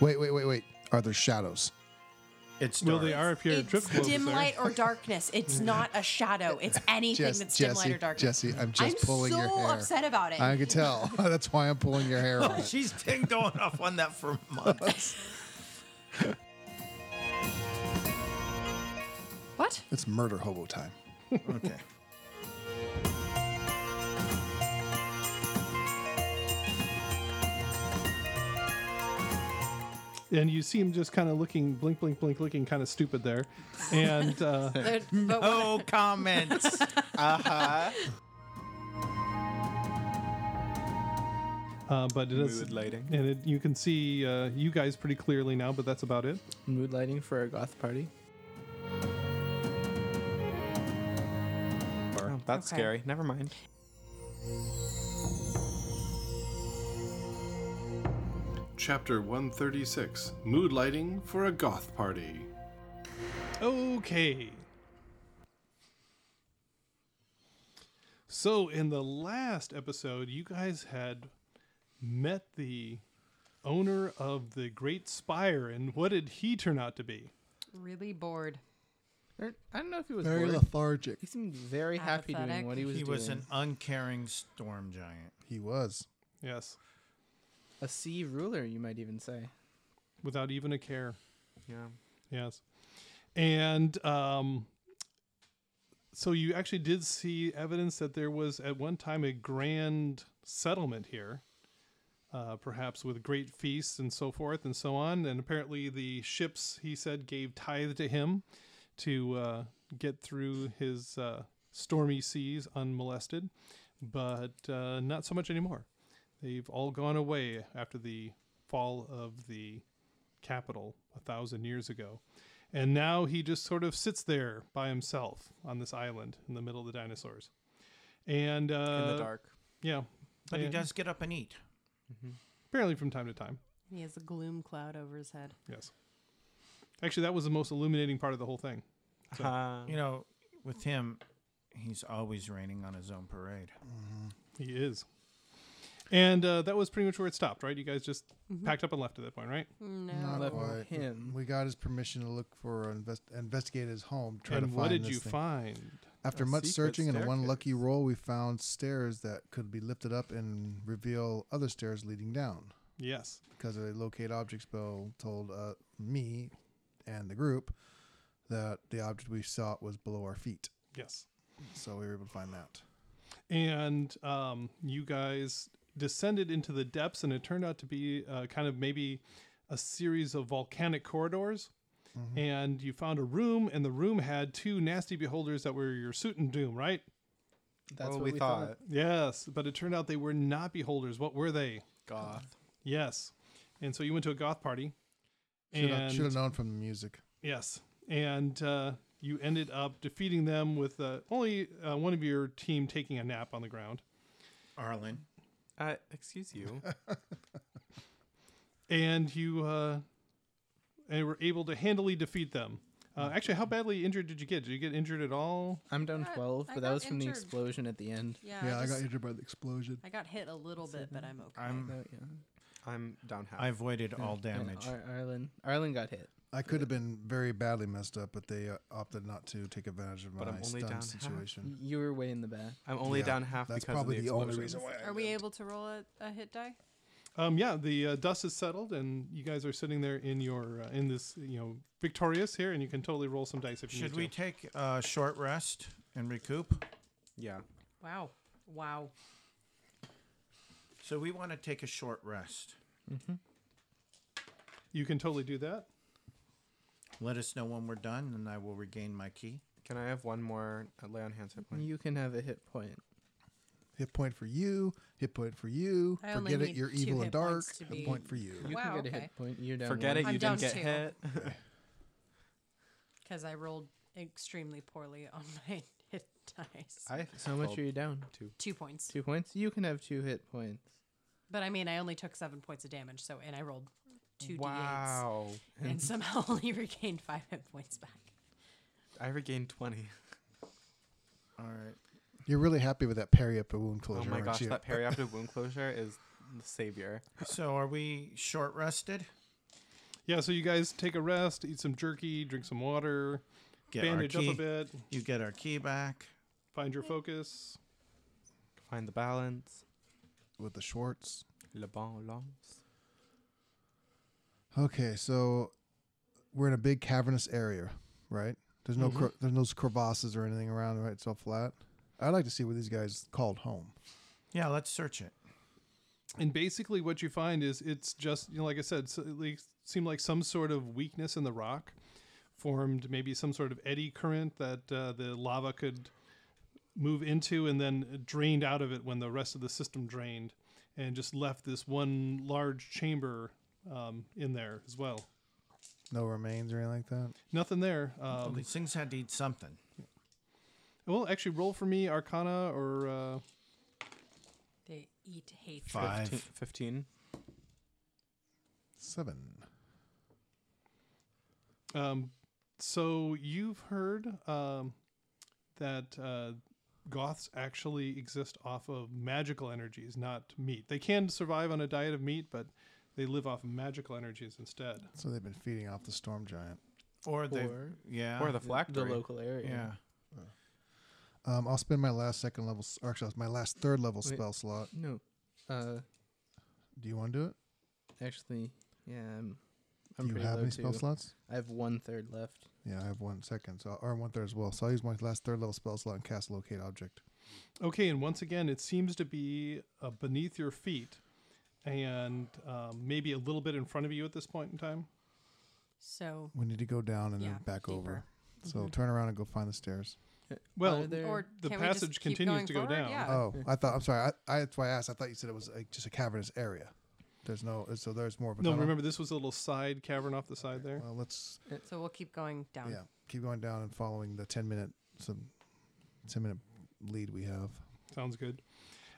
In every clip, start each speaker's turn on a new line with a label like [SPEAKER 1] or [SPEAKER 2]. [SPEAKER 1] Wait, wait, wait, wait. Are there shadows?
[SPEAKER 2] It's
[SPEAKER 3] Well,
[SPEAKER 2] dark.
[SPEAKER 3] they are if you're
[SPEAKER 4] it's
[SPEAKER 3] drip globes
[SPEAKER 4] dim
[SPEAKER 3] there.
[SPEAKER 4] light or darkness. It's not a shadow. It's anything
[SPEAKER 1] Jess-
[SPEAKER 4] that's dim light
[SPEAKER 1] Jesse,
[SPEAKER 4] or darkness.
[SPEAKER 1] Jesse, I'm just
[SPEAKER 4] I'm
[SPEAKER 1] pulling
[SPEAKER 4] so
[SPEAKER 1] your hair.
[SPEAKER 4] upset about it. Oh,
[SPEAKER 1] I can tell. That's why I'm pulling your hair on it.
[SPEAKER 2] She's been going off on that for months.
[SPEAKER 4] what?
[SPEAKER 1] It's murder hobo time.
[SPEAKER 2] Okay.
[SPEAKER 3] and you see him just kind of looking, blink, blink, blink, looking kind of stupid there. And uh,
[SPEAKER 4] There- but
[SPEAKER 2] Oh, comments.
[SPEAKER 3] uh, but it is,
[SPEAKER 5] Mood lighting.
[SPEAKER 3] and it, you can see uh, you guys pretty clearly now. But that's about it.
[SPEAKER 5] Mood lighting for a goth party. Oh, that's
[SPEAKER 4] Okay.
[SPEAKER 5] scary. Never mind.
[SPEAKER 6] Chapter 136 Mood Lighting for a Goth Party.
[SPEAKER 3] Okay. So in the last episode, you guys had met the owner of the Great Spire, and what did he turn out to be?
[SPEAKER 4] really bored.
[SPEAKER 5] I don't know if he was
[SPEAKER 1] Very
[SPEAKER 5] bored.
[SPEAKER 1] lethargic.
[SPEAKER 5] He seemed very happy doing
[SPEAKER 4] Apathetic.
[SPEAKER 5] what he was
[SPEAKER 2] He
[SPEAKER 5] doing.
[SPEAKER 2] was an uncaring storm giant.
[SPEAKER 1] He was.
[SPEAKER 3] Yes,
[SPEAKER 5] a sea ruler, you might even say.
[SPEAKER 3] without even a care.
[SPEAKER 5] Yeah.
[SPEAKER 3] Yes. And um, so you actually did see evidence that there was at one time a grand settlement here, uh, perhaps with great feasts and so forth and so on. And apparently the ships, he said, gave tithe to him to uh, get through his uh, stormy seas unmolested, but uh, not so much anymore. They've all gone away after the fall of the capital a thousand years ago. And now he just sort of sits there by himself on this island in the middle of the dinosaurs. And uh,
[SPEAKER 5] In the dark.
[SPEAKER 3] Yeah.
[SPEAKER 2] But he
[SPEAKER 3] And
[SPEAKER 2] does get up and eat.
[SPEAKER 3] Apparently from time to time.
[SPEAKER 4] He has a gloom cloud over his head.
[SPEAKER 3] Yes. Actually, that was the most illuminating part of the whole thing.
[SPEAKER 5] Uh,
[SPEAKER 2] You know, with him, he's always raining on his own parade.
[SPEAKER 3] He is. And uh, that was pretty much where it stopped, right? You guys just
[SPEAKER 4] Mm-hmm.
[SPEAKER 3] packed up and left at that point, right?
[SPEAKER 4] No.
[SPEAKER 5] left
[SPEAKER 1] quite.
[SPEAKER 5] him.
[SPEAKER 1] We got his permission to look for, invest, investigate his home, try to
[SPEAKER 3] and
[SPEAKER 1] find
[SPEAKER 3] what did
[SPEAKER 1] this
[SPEAKER 3] you
[SPEAKER 1] thing.
[SPEAKER 3] find?
[SPEAKER 1] After
[SPEAKER 5] A
[SPEAKER 1] much
[SPEAKER 5] secret
[SPEAKER 1] searching and a one
[SPEAKER 5] staircase.
[SPEAKER 1] lucky roll, we found stairs that could be lifted up and reveal other stairs leading down.
[SPEAKER 3] Yes.
[SPEAKER 1] Because a locate object spell told uh, me and the group that the object we sought was below our feet.
[SPEAKER 3] Yes.
[SPEAKER 1] So we were able to find that.
[SPEAKER 3] and um, you guys descended into the depths, and it turned out to be uh, kind of maybe a series of volcanic corridors.
[SPEAKER 1] Mm-hmm.
[SPEAKER 3] And you found a room, and the room had two nasty beholders that were your suit and doom, right?
[SPEAKER 5] That's
[SPEAKER 2] Well,
[SPEAKER 5] what
[SPEAKER 2] we
[SPEAKER 5] we, thought.
[SPEAKER 2] thought.
[SPEAKER 3] Yes, but it turned out they were not beholders. What were they?
[SPEAKER 5] Goth.
[SPEAKER 3] Yes, and so you went to a goth party, and
[SPEAKER 1] Should have known from the music.
[SPEAKER 3] yes, and uh, you ended up defeating them with uh, only uh, one of your team taking a nap on the ground.
[SPEAKER 2] Arlen.
[SPEAKER 5] Uh, excuse you.
[SPEAKER 3] and you uh, and were able to handily defeat them. Uh, actually, how badly injured did you get? Did you get injured at all?
[SPEAKER 5] I'm down
[SPEAKER 4] I-
[SPEAKER 5] 12,
[SPEAKER 4] I
[SPEAKER 5] but that
[SPEAKER 4] got
[SPEAKER 5] was from
[SPEAKER 4] injured.
[SPEAKER 5] the explosion at the end.
[SPEAKER 4] Yeah.
[SPEAKER 1] Yeah, I
[SPEAKER 4] just-
[SPEAKER 1] got injured by the explosion.
[SPEAKER 4] I got hit a little bit, but I'm okay.
[SPEAKER 2] I'm.
[SPEAKER 5] So, Oh, yeah. I'm down half.
[SPEAKER 2] I avoided all
[SPEAKER 5] Yeah,
[SPEAKER 2] damage.
[SPEAKER 5] Ar- Arlen. Arlen got hit.
[SPEAKER 1] I could have been very badly messed up, but they uh, opted not to take advantage of
[SPEAKER 7] But
[SPEAKER 1] my
[SPEAKER 7] I'm only
[SPEAKER 1] stun
[SPEAKER 7] down
[SPEAKER 1] situation.
[SPEAKER 5] You were way in the back.
[SPEAKER 7] I'm only
[SPEAKER 1] Yeah,
[SPEAKER 7] down half
[SPEAKER 1] That's
[SPEAKER 7] because
[SPEAKER 1] probably
[SPEAKER 7] of the,
[SPEAKER 1] the, only
[SPEAKER 7] explosions.
[SPEAKER 1] reason why. I
[SPEAKER 4] Are we
[SPEAKER 1] lived.
[SPEAKER 4] able to roll a, a hit die?
[SPEAKER 3] Um, yeah, the uh, dust has settled, and you guys are sitting there in your uh, in this you know victorious here, and you can totally roll some dice if you
[SPEAKER 2] Should
[SPEAKER 3] need
[SPEAKER 2] we
[SPEAKER 3] to.
[SPEAKER 2] take a short rest and recoup?
[SPEAKER 7] Yeah.
[SPEAKER 4] Wow. Wow.
[SPEAKER 2] So we want to take a short rest.
[SPEAKER 3] You can totally do that.
[SPEAKER 2] Let us know when we're done, and I will regain my key.
[SPEAKER 7] Can I have one more uh, lay on hands hit point?
[SPEAKER 5] You can have a hit point.
[SPEAKER 1] Hit point for you. Hit point for you.
[SPEAKER 4] I only
[SPEAKER 1] Forget it.
[SPEAKER 4] need
[SPEAKER 1] You're
[SPEAKER 4] two
[SPEAKER 1] evil
[SPEAKER 4] hit
[SPEAKER 1] and dark.
[SPEAKER 4] points to
[SPEAKER 1] Hit
[SPEAKER 4] be-
[SPEAKER 1] point for you.
[SPEAKER 5] You
[SPEAKER 4] Wow,
[SPEAKER 5] can get a
[SPEAKER 4] okay.
[SPEAKER 5] hit point. You're down
[SPEAKER 7] Forget it.
[SPEAKER 5] one.
[SPEAKER 7] You
[SPEAKER 4] I'm down
[SPEAKER 7] didn't get
[SPEAKER 4] two.
[SPEAKER 7] hit.
[SPEAKER 4] Because I rolled extremely poorly on my hit dice.
[SPEAKER 7] I
[SPEAKER 5] How much are
[SPEAKER 7] you?
[SPEAKER 5] you down?
[SPEAKER 4] Two points.
[SPEAKER 5] Two points? You can have two hit points.
[SPEAKER 4] But I mean, I only took seven points of damage, so and I rolled two
[SPEAKER 7] Wow.
[SPEAKER 4] d8s and somehow only regained five hit points back.
[SPEAKER 7] I regained 20.
[SPEAKER 2] All right.
[SPEAKER 1] You're really happy with that parry up a wound closure,
[SPEAKER 7] oh my
[SPEAKER 1] aren't
[SPEAKER 7] gosh,
[SPEAKER 1] you?
[SPEAKER 7] that perioperative wound closure is the savior.
[SPEAKER 2] So are we short rested?
[SPEAKER 3] Yeah, so you guys take a rest, eat some jerky, drink some water,
[SPEAKER 2] Get our
[SPEAKER 3] bandage up
[SPEAKER 2] key.
[SPEAKER 3] a bit,
[SPEAKER 2] You get our key back.
[SPEAKER 3] find your focus.
[SPEAKER 7] Find the balance.
[SPEAKER 1] with the Schwartz.
[SPEAKER 7] Le balance.
[SPEAKER 1] Okay, so we're in a big cavernous area, right? There's
[SPEAKER 5] Mm-hmm.
[SPEAKER 1] no cr- there's no crevasses or anything around, right? It's all flat. I'd like to see what these guys called home.
[SPEAKER 2] Yeah, let's search it.
[SPEAKER 3] And basically, what you find is it's just, you know, like I said, so it le- seemed like some sort of weakness in the rock formed maybe some sort of eddy current that uh, the lava could move into and then drained out of it when the rest of the system drained and just left this one large chamber um, in there as well.
[SPEAKER 1] No remains or anything like that.
[SPEAKER 3] Nothing there.
[SPEAKER 2] Well,
[SPEAKER 3] Um,
[SPEAKER 2] these things had to eat something.
[SPEAKER 3] well, actually, roll for me Arcana or. Uh,
[SPEAKER 4] They eat hatred.
[SPEAKER 2] Five.
[SPEAKER 7] 15. 15.
[SPEAKER 1] Seven.
[SPEAKER 3] Um, so you've heard um, that uh, goths actually exist off of magical energies, not meat. They can survive on a diet of meat, but they live off magical energies instead.
[SPEAKER 1] So they've been feeding off the storm giant.
[SPEAKER 2] Or they.
[SPEAKER 5] Or
[SPEAKER 2] Yeah.
[SPEAKER 7] Or the
[SPEAKER 5] the
[SPEAKER 7] flactory.
[SPEAKER 5] local area.
[SPEAKER 2] Yeah.
[SPEAKER 1] Um, I'll spend my last second level, s- or actually my last third level
[SPEAKER 5] Wait.
[SPEAKER 1] spell slot.
[SPEAKER 5] No. Uh,
[SPEAKER 1] Do you want to do it?
[SPEAKER 5] actually, yeah, I'm. I'm
[SPEAKER 1] do you
[SPEAKER 5] pretty
[SPEAKER 1] have
[SPEAKER 5] low
[SPEAKER 1] any spell
[SPEAKER 5] too.
[SPEAKER 1] slots?
[SPEAKER 5] I have one third left.
[SPEAKER 1] Yeah, I have one second, so or one third as well. So I'll use my last third level spell slot and cast locate object.
[SPEAKER 3] Okay, and once again, it seems to be uh, beneath your feet and um, maybe a little bit in front of you at this point in time.
[SPEAKER 4] So,
[SPEAKER 1] We need to go down and
[SPEAKER 4] Yeah,
[SPEAKER 1] then back over.
[SPEAKER 4] deeper.
[SPEAKER 1] So
[SPEAKER 5] Mm-hmm.
[SPEAKER 1] turn around and go find the stairs.
[SPEAKER 3] Well,
[SPEAKER 5] Are there-
[SPEAKER 4] or
[SPEAKER 3] the
[SPEAKER 4] can we just
[SPEAKER 3] passage
[SPEAKER 4] keep
[SPEAKER 3] continues
[SPEAKER 4] going
[SPEAKER 3] to go
[SPEAKER 4] forward?
[SPEAKER 3] down.
[SPEAKER 4] Yeah.
[SPEAKER 1] Oh, I thought. I'm sorry. I, I that's why I asked. I thought you said it was like just a cavernous area. There's no. So there's more of a.
[SPEAKER 3] no,
[SPEAKER 1] tunnel.
[SPEAKER 3] remember this was a little side cavern off the side there.
[SPEAKER 1] Well, let's.
[SPEAKER 4] So we'll keep going down.
[SPEAKER 1] Oh. Yeah, keep going down and following the ten minute some, ten minute lead we have.
[SPEAKER 3] Sounds good.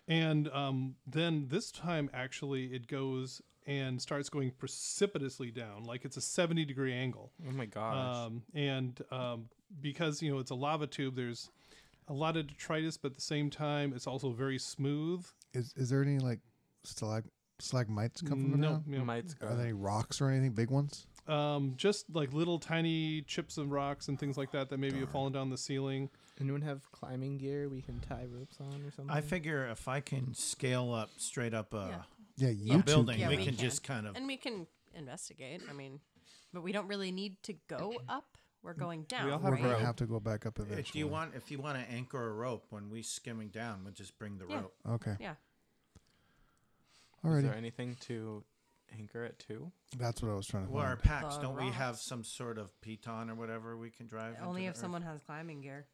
[SPEAKER 3] And um, then this time, actually, it goes and starts going precipitously down, like it's a 70 degree angle.
[SPEAKER 7] Oh my gosh.
[SPEAKER 3] Um, and um, because, you know, it's a lava tube, there's a lot of detritus, but at the same time, it's also very smooth.
[SPEAKER 1] Is is there any like stalag stalagmites come from it?
[SPEAKER 3] no,
[SPEAKER 1] now?
[SPEAKER 3] you know,
[SPEAKER 7] Mites
[SPEAKER 1] Are
[SPEAKER 7] go.
[SPEAKER 1] there any rocks or anything big ones?
[SPEAKER 3] um, just like little tiny chips and rocks and things like that that maybe have fallen down the ceiling.
[SPEAKER 5] Anyone have climbing gear we can tie ropes on or something?
[SPEAKER 2] I figure if I can scale up straight up a,
[SPEAKER 1] Yeah,
[SPEAKER 2] a
[SPEAKER 1] you two
[SPEAKER 2] building,
[SPEAKER 4] Yeah,
[SPEAKER 2] we,
[SPEAKER 4] we
[SPEAKER 2] can,
[SPEAKER 4] can.
[SPEAKER 2] just kind of.
[SPEAKER 4] And we can investigate. I mean, but we don't really need to go up. We're going down.
[SPEAKER 3] all
[SPEAKER 1] We're
[SPEAKER 3] have
[SPEAKER 4] right?
[SPEAKER 1] gonna have to go back up eventually.
[SPEAKER 2] If you want, if you want to anchor a rope when we skimming down, we'll just bring the
[SPEAKER 4] Yeah.
[SPEAKER 2] rope.
[SPEAKER 1] Okay.
[SPEAKER 4] Yeah.
[SPEAKER 7] Is
[SPEAKER 1] Alrighty.
[SPEAKER 7] there anything to anchor it to?
[SPEAKER 1] That's what I was trying to.
[SPEAKER 2] Well, our
[SPEAKER 1] Find.
[SPEAKER 2] packs,
[SPEAKER 4] The
[SPEAKER 2] don't we have
[SPEAKER 4] rocks.
[SPEAKER 2] some sort of piton or whatever we can drive?
[SPEAKER 4] Only
[SPEAKER 2] into
[SPEAKER 4] if
[SPEAKER 2] the earth?
[SPEAKER 4] someone has climbing gear.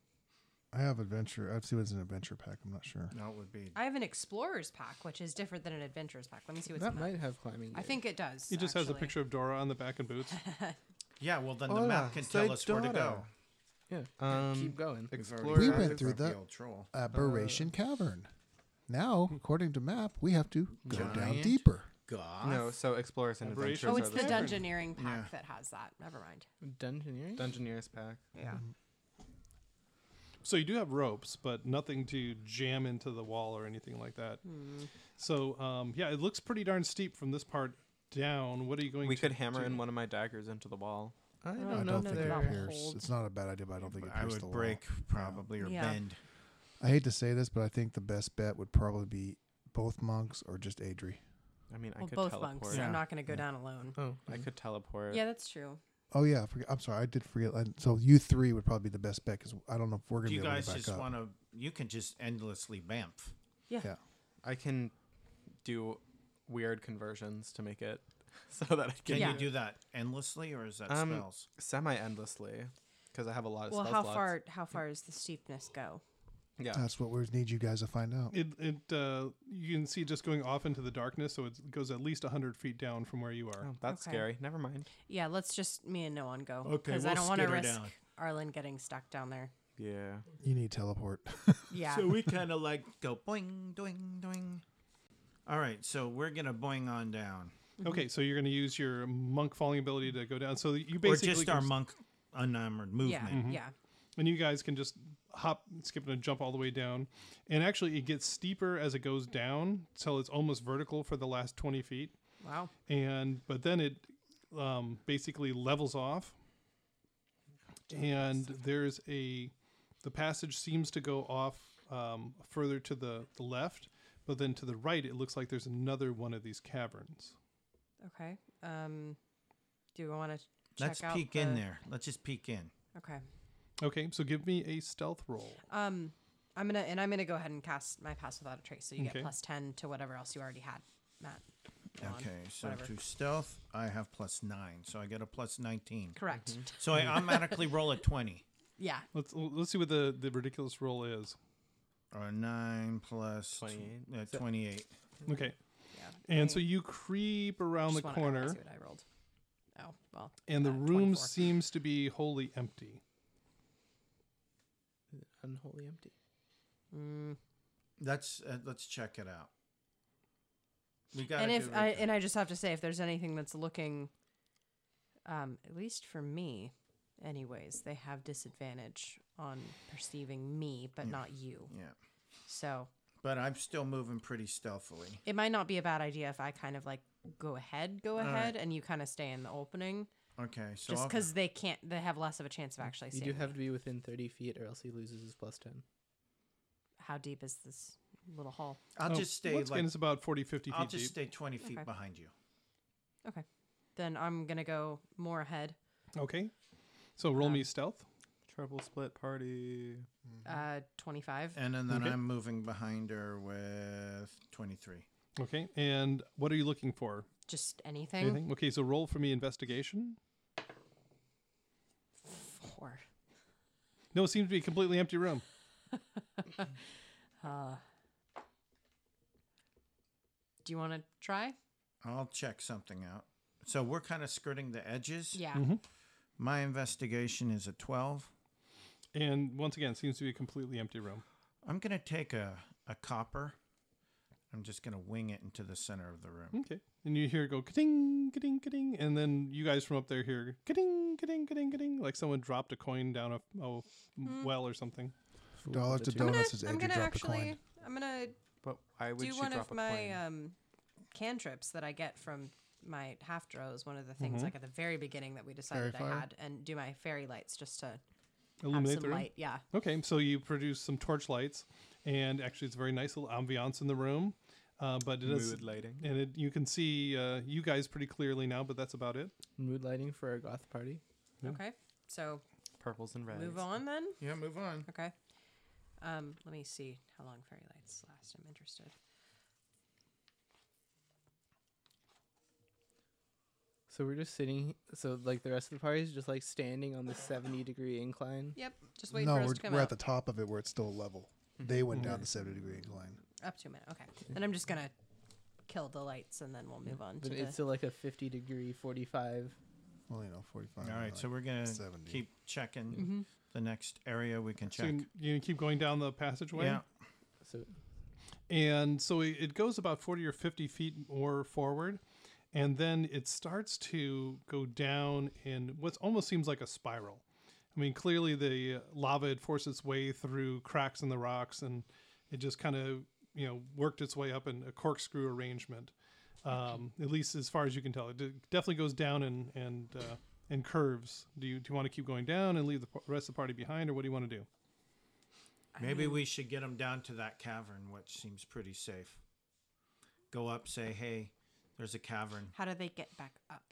[SPEAKER 1] I have adventure. I'd see what's an adventure pack. I'm not sure.
[SPEAKER 2] No, it would be.
[SPEAKER 4] I have an explorer's pack, which is different than an adventurer's pack. Let me see what's
[SPEAKER 5] that
[SPEAKER 4] in that.
[SPEAKER 5] might have climbing. Gear.
[SPEAKER 4] I think it does.
[SPEAKER 3] It just has a
[SPEAKER 4] actually.
[SPEAKER 3] picture of Dora on the back and boots.
[SPEAKER 2] Yeah, well then the
[SPEAKER 7] Hola,
[SPEAKER 2] map can
[SPEAKER 7] soy
[SPEAKER 2] tell us where to go.
[SPEAKER 7] Dora.
[SPEAKER 5] Yeah.
[SPEAKER 7] Um,
[SPEAKER 5] keep going.
[SPEAKER 7] Explore.
[SPEAKER 1] We went through
[SPEAKER 2] From the
[SPEAKER 1] that
[SPEAKER 2] old troll.
[SPEAKER 1] aberration cavern. Now, according to map, we have to go down
[SPEAKER 2] Giant.
[SPEAKER 1] deeper.
[SPEAKER 2] Goth.
[SPEAKER 7] No, so explorers and adventurers.
[SPEAKER 3] Aberration.
[SPEAKER 4] Oh,
[SPEAKER 7] are
[SPEAKER 4] it's the
[SPEAKER 7] same.
[SPEAKER 4] dungeoneering pack that has that. Never mind.
[SPEAKER 5] Dungeoneering.
[SPEAKER 7] Dungeoneers pack.
[SPEAKER 4] Yeah.
[SPEAKER 3] So you do have ropes, but nothing to jam into the wall or anything like that. So um, yeah, it looks pretty darn steep from this part down. What are you going
[SPEAKER 7] We
[SPEAKER 3] to
[SPEAKER 7] could hammer
[SPEAKER 3] do?
[SPEAKER 7] in one of my daggers into the wall.
[SPEAKER 5] I don't,
[SPEAKER 4] I
[SPEAKER 1] I
[SPEAKER 5] know
[SPEAKER 1] don't
[SPEAKER 5] if
[SPEAKER 1] think
[SPEAKER 5] they're.
[SPEAKER 1] it
[SPEAKER 4] they're-
[SPEAKER 1] pierces. It's not a bad idea, but I don't think it
[SPEAKER 2] I
[SPEAKER 1] pierces
[SPEAKER 2] would
[SPEAKER 1] the wall.
[SPEAKER 2] break probably or
[SPEAKER 4] Yeah.
[SPEAKER 2] bend.
[SPEAKER 1] I hate to say this, but I think the best bet would probably be both monks or just Adri.
[SPEAKER 7] I mean, I
[SPEAKER 4] Well,
[SPEAKER 7] could
[SPEAKER 4] both
[SPEAKER 7] teleport.
[SPEAKER 4] monks.
[SPEAKER 2] Yeah.
[SPEAKER 4] I'm not going to go down alone.
[SPEAKER 5] Oh,
[SPEAKER 7] I could teleport.
[SPEAKER 4] Yeah, that's true.
[SPEAKER 1] Oh yeah, I forget, I'm sorry, I did forget. I, so you three would probably be the best bet because I don't know if we're gonna
[SPEAKER 2] Do you
[SPEAKER 1] be able to
[SPEAKER 2] guys
[SPEAKER 1] back
[SPEAKER 2] just
[SPEAKER 1] up.
[SPEAKER 2] want to? You can just endlessly bamf.
[SPEAKER 1] yeah,
[SPEAKER 7] I can do weird conversions to make it so that I can
[SPEAKER 2] Can
[SPEAKER 4] Yeah.
[SPEAKER 2] you do that endlessly, or is that
[SPEAKER 7] Um,
[SPEAKER 2] spells?
[SPEAKER 7] semi endlessly because I have a lot of
[SPEAKER 4] Well,
[SPEAKER 7] spell
[SPEAKER 4] how
[SPEAKER 7] slots.
[SPEAKER 4] far how far does the steepness go?
[SPEAKER 7] Yeah.
[SPEAKER 5] Uh,
[SPEAKER 1] that's what we need you guys to find out.
[SPEAKER 3] It, it uh, you can see just going off into the darkness, so it goes at least hundred feet down from where you are.
[SPEAKER 7] Oh, that's
[SPEAKER 4] Okay.
[SPEAKER 7] scary. Never mind.
[SPEAKER 4] Yeah, let's just me and no one go
[SPEAKER 2] Okay,
[SPEAKER 4] because I
[SPEAKER 2] we'll
[SPEAKER 4] don't want to
[SPEAKER 2] skitter
[SPEAKER 4] risk
[SPEAKER 2] down.
[SPEAKER 4] Arlen getting stuck down there.
[SPEAKER 7] Yeah.
[SPEAKER 1] You need teleport.
[SPEAKER 4] Yeah.
[SPEAKER 2] So we kind of like go boing, doing, doing. All right, so we're gonna boing on down,
[SPEAKER 3] Okay, so you're going to use your monk falling ability to go down. So you
[SPEAKER 2] or
[SPEAKER 3] basically
[SPEAKER 2] just Mm-hmm.
[SPEAKER 3] can
[SPEAKER 2] our
[SPEAKER 3] s-
[SPEAKER 2] monk unarmored
[SPEAKER 4] yeah.
[SPEAKER 2] movement.
[SPEAKER 4] Yeah.
[SPEAKER 3] and you guys can just hop, skip, and jump all the way down. And actually, it gets steeper as it goes down, till it's almost vertical for the last twenty feet.
[SPEAKER 4] Wow.
[SPEAKER 3] and but then it um, basically levels off, and there's a the passage seems to go off um, further to the, the left, but then to the right, it looks like there's another one of these caverns.
[SPEAKER 4] Okay. Um, do you want to check
[SPEAKER 2] Let's
[SPEAKER 4] out
[SPEAKER 2] peek in
[SPEAKER 4] the-
[SPEAKER 2] there. Let's just peek in.
[SPEAKER 4] Okay.
[SPEAKER 3] Okay, so give me a stealth roll.
[SPEAKER 4] Um, I'm gonna and I'm gonna go ahead and cast my pass without a trace, so you
[SPEAKER 3] Okay.
[SPEAKER 4] get plus ten to whatever else you already had, Matt. Go on.
[SPEAKER 2] Okay, so
[SPEAKER 4] Whatever.
[SPEAKER 2] to stealth, I have plus nine, so I get a plus nineteen.
[SPEAKER 4] Correct.
[SPEAKER 2] So I automatically roll a twenty.
[SPEAKER 4] Yeah.
[SPEAKER 3] Let's let's see what the, the ridiculous roll is.
[SPEAKER 2] Or nine plus tw-
[SPEAKER 7] 28.
[SPEAKER 2] uh, twenty-eight.
[SPEAKER 3] Okay,
[SPEAKER 4] Yeah.
[SPEAKER 3] and so you creep around the
[SPEAKER 4] Just wanna- I wanna
[SPEAKER 3] corner,
[SPEAKER 4] See what I rolled. Oh well.
[SPEAKER 3] and the
[SPEAKER 4] uh,
[SPEAKER 3] room
[SPEAKER 4] 24.
[SPEAKER 3] seems to be wholly empty.
[SPEAKER 5] Unholy empty.
[SPEAKER 4] Mm.
[SPEAKER 2] Let's uh, let's check it out. We got.
[SPEAKER 4] And if I and I just have to say, if there's anything that's looking, um, at least for me, anyways, they have disadvantage on perceiving me,
[SPEAKER 5] Mm.
[SPEAKER 4] but not you.
[SPEAKER 2] yeah,
[SPEAKER 4] So
[SPEAKER 2] but I'm still moving pretty stealthily.
[SPEAKER 4] it might not be a bad idea if I kind of like go ahead, go ahead, and you kind of stay in the opening,
[SPEAKER 2] Okay, so
[SPEAKER 4] just
[SPEAKER 2] I'll-
[SPEAKER 4] because they can't, they have less of a chance of actually
[SPEAKER 5] You
[SPEAKER 4] seeing.
[SPEAKER 5] do have
[SPEAKER 4] me.
[SPEAKER 5] to be within 30 feet, or else he loses his plus 10.
[SPEAKER 4] How deep is this little hole?
[SPEAKER 2] I'll
[SPEAKER 3] Oh,
[SPEAKER 2] just stay
[SPEAKER 3] once again,
[SPEAKER 2] like
[SPEAKER 3] it's about 40, 50 feet
[SPEAKER 2] I'll just
[SPEAKER 3] deep.
[SPEAKER 2] stay twenty feet
[SPEAKER 4] Okay.
[SPEAKER 2] behind you.
[SPEAKER 4] Then I'm gonna go more ahead.
[SPEAKER 3] Okay, so roll
[SPEAKER 4] Um,
[SPEAKER 2] Uh,
[SPEAKER 3] me stealth.
[SPEAKER 7] Trouble split party.
[SPEAKER 5] Mm-hmm.
[SPEAKER 4] Uh, twenty-five.
[SPEAKER 2] And then, then
[SPEAKER 3] Okay.
[SPEAKER 2] I'm moving behind her with 23.
[SPEAKER 3] Okay, and what are you looking for?
[SPEAKER 4] Just anything.
[SPEAKER 3] Anything? Okay, so roll for me investigation.
[SPEAKER 4] Four.
[SPEAKER 3] No, it seems to be a completely empty room.
[SPEAKER 4] Uh, do you want to try?
[SPEAKER 2] I'll check something out. So we're kind of skirting the edges.
[SPEAKER 1] Mm,
[SPEAKER 4] Yeah.
[SPEAKER 3] Mm-hmm.
[SPEAKER 2] My investigation is a 12.
[SPEAKER 3] And once again, it seems to be a completely empty room.
[SPEAKER 2] I'm going to take a, a copper. I'm just going to wing it into the center of the room.
[SPEAKER 3] Okay. And you hear it go ka-ding, ka-ding, ka-ding, and then you guys from up there hear ka-ding, ka-ding, ka-ding, ka-ding, like someone dropped a coin down a oh, well or something.
[SPEAKER 5] Fool
[SPEAKER 1] Dollar
[SPEAKER 5] with
[SPEAKER 1] to
[SPEAKER 5] the two.
[SPEAKER 1] dollar. Donuts is
[SPEAKER 4] I'm
[SPEAKER 1] Andrew
[SPEAKER 4] gonna
[SPEAKER 1] dropped a coin.
[SPEAKER 4] actually. I'm gonna
[SPEAKER 7] But why would
[SPEAKER 4] do
[SPEAKER 7] she
[SPEAKER 4] one
[SPEAKER 7] drop
[SPEAKER 4] of
[SPEAKER 7] a
[SPEAKER 4] my
[SPEAKER 7] coin?
[SPEAKER 4] um, cantrips that I get from my half drows. One of the things like at the very beginning that we decided I
[SPEAKER 1] Mm-hmm. fire?
[SPEAKER 4] had, and do my fairy lights just to have
[SPEAKER 3] Illuminate
[SPEAKER 4] some
[SPEAKER 3] the room.
[SPEAKER 4] light. Yeah.
[SPEAKER 3] Okay, so you produce some torch lights, and actually, it's a very nice little ambiance in the room. Uh, but it is,
[SPEAKER 7] Mood lighting.
[SPEAKER 3] and it, you can see uh, you guys pretty clearly now. But that's about it.
[SPEAKER 5] Mood lighting for our goth party.
[SPEAKER 4] Okay. So
[SPEAKER 7] Purples and reds.
[SPEAKER 4] move on then.
[SPEAKER 2] Yeah, move on.
[SPEAKER 4] Okay. Um, let me see how long fairy lights last. I'm interested.
[SPEAKER 5] So we're just sitting. So like the rest of the party is just like standing on the 70 degree incline.
[SPEAKER 4] Yep. Just wait
[SPEAKER 1] No,
[SPEAKER 4] for us
[SPEAKER 1] we're,
[SPEAKER 4] to come
[SPEAKER 1] we're
[SPEAKER 4] out.
[SPEAKER 1] at the top of it where it's still level. They went
[SPEAKER 2] Mm-hmm.
[SPEAKER 1] down the 70 degree incline.
[SPEAKER 4] Up to a minute. Okay. Then I'm just gonna kill the lights and then we'll move on to
[SPEAKER 5] But it's
[SPEAKER 4] the.
[SPEAKER 5] still like a 50 degree, 45.
[SPEAKER 1] Well, you know, 45.
[SPEAKER 2] All right,
[SPEAKER 1] like-
[SPEAKER 2] so we're going to
[SPEAKER 1] 70.
[SPEAKER 2] keep checking
[SPEAKER 4] Mm-hmm.
[SPEAKER 2] the next area we can
[SPEAKER 3] So
[SPEAKER 2] check.
[SPEAKER 3] you, you keep going down the passageway.
[SPEAKER 2] yeah.
[SPEAKER 5] So
[SPEAKER 3] and so it, it goes about 40 or 50 feet or forward and then it starts to go down in what almost seems like a spiral i mean clearly the lava had forced its way through cracks in the rocks and it just kind of you know worked its way up in a corkscrew arrangement um, at least as far as you can tell it d- definitely goes down and and uh, and curves do you, do you want to keep going down and leave the p- rest of the party behind or what do you want to do
[SPEAKER 2] Maybe we should get them down to that cavern, which seems pretty safe. Go up, say, hey, there's a cavern.
[SPEAKER 4] How do they get back up?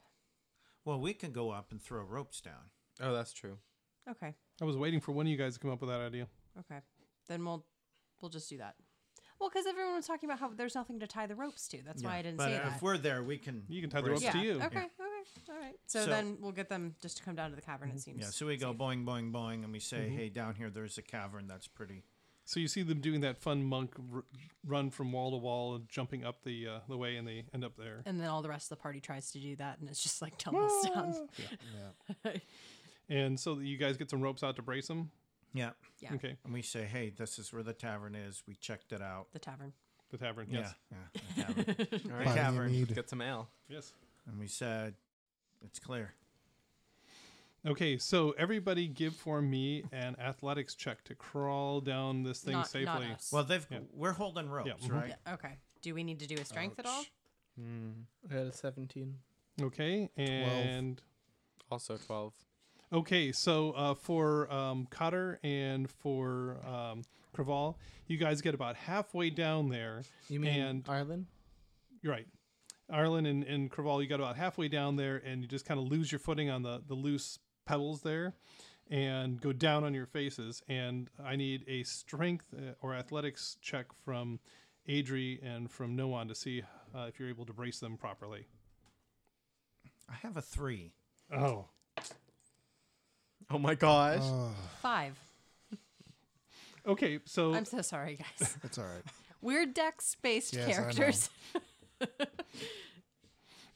[SPEAKER 2] Well, we can go up and throw ropes down.
[SPEAKER 7] Oh, that's true.
[SPEAKER 4] Okay.
[SPEAKER 3] i was waiting for one of you guys to come up with that idea
[SPEAKER 4] Okay. Then we'll we'll just do that. Well, because everyone was talking about how there's nothing to tie the ropes to. That's why I didn't
[SPEAKER 2] but
[SPEAKER 4] say
[SPEAKER 2] uh,
[SPEAKER 4] that.
[SPEAKER 2] if we're there, we can.
[SPEAKER 3] You can tie the
[SPEAKER 2] raise-
[SPEAKER 3] ropes
[SPEAKER 4] yeah.
[SPEAKER 3] to you.
[SPEAKER 4] Okay. Okay. All right. So,
[SPEAKER 2] So-
[SPEAKER 4] then we'll get them just to come down to the cavern. It seems.
[SPEAKER 2] Yeah, so we go boing, boing, boing, and we say,
[SPEAKER 1] Mm-hmm.
[SPEAKER 2] hey, down here, there's a cavern that's pretty.
[SPEAKER 3] So you see them doing that fun monk r- run from wall to wall and jumping up the uh, the way, and they end up there.
[SPEAKER 4] And then all the rest of the party tries to do that, and it's just like tumbles down.
[SPEAKER 1] Yeah.
[SPEAKER 3] And so you guys get some ropes out to brace them.
[SPEAKER 2] Yeah.
[SPEAKER 4] Yeah.
[SPEAKER 3] Okay,
[SPEAKER 2] And we say, hey, this is where the tavern is. We checked it out.
[SPEAKER 4] The tavern.
[SPEAKER 3] the tavern. Yes,
[SPEAKER 2] Yeah. yeah the tavern. The
[SPEAKER 7] All
[SPEAKER 1] Buy me
[SPEAKER 7] right.
[SPEAKER 1] a
[SPEAKER 2] cavern.
[SPEAKER 1] mead.
[SPEAKER 7] Get some ale.
[SPEAKER 3] yes.
[SPEAKER 2] And we said, it's clear.
[SPEAKER 3] Okay, so everybody give for me an athletics check to crawl down this thing
[SPEAKER 4] not,
[SPEAKER 3] safely.
[SPEAKER 4] Not us.
[SPEAKER 2] Well, they've
[SPEAKER 3] Yeah.
[SPEAKER 2] we're
[SPEAKER 1] mm-hmm.
[SPEAKER 2] holding ropes,
[SPEAKER 3] mhm.
[SPEAKER 2] right?
[SPEAKER 5] Hmm.
[SPEAKER 4] Yeah, okay. Do we need to do a strength at all?
[SPEAKER 7] Mm.
[SPEAKER 5] I got a 17.
[SPEAKER 3] Okay, and
[SPEAKER 7] Also 12.
[SPEAKER 3] okay, so uh, for um, Cotter and for um, Craval, you guys get about halfway down there,
[SPEAKER 5] You mean
[SPEAKER 3] And-
[SPEAKER 5] Ireland?
[SPEAKER 3] You're right. Ireland and, and Craval, you got about halfway down there and you just kind of lose your footing on the, the loose pebbles there and go down on your faces. And I need a strength uh, or athletics check from Adri and from Noan to see uh, if you're able to brace them properly.
[SPEAKER 2] I have a three.
[SPEAKER 3] Oh.
[SPEAKER 7] Oh my gosh.
[SPEAKER 4] Five.
[SPEAKER 3] Okay, so
[SPEAKER 4] I'm so sorry, guys.
[SPEAKER 1] That's all right.
[SPEAKER 4] Weird dex based
[SPEAKER 1] Yes, I know.
[SPEAKER 4] characters.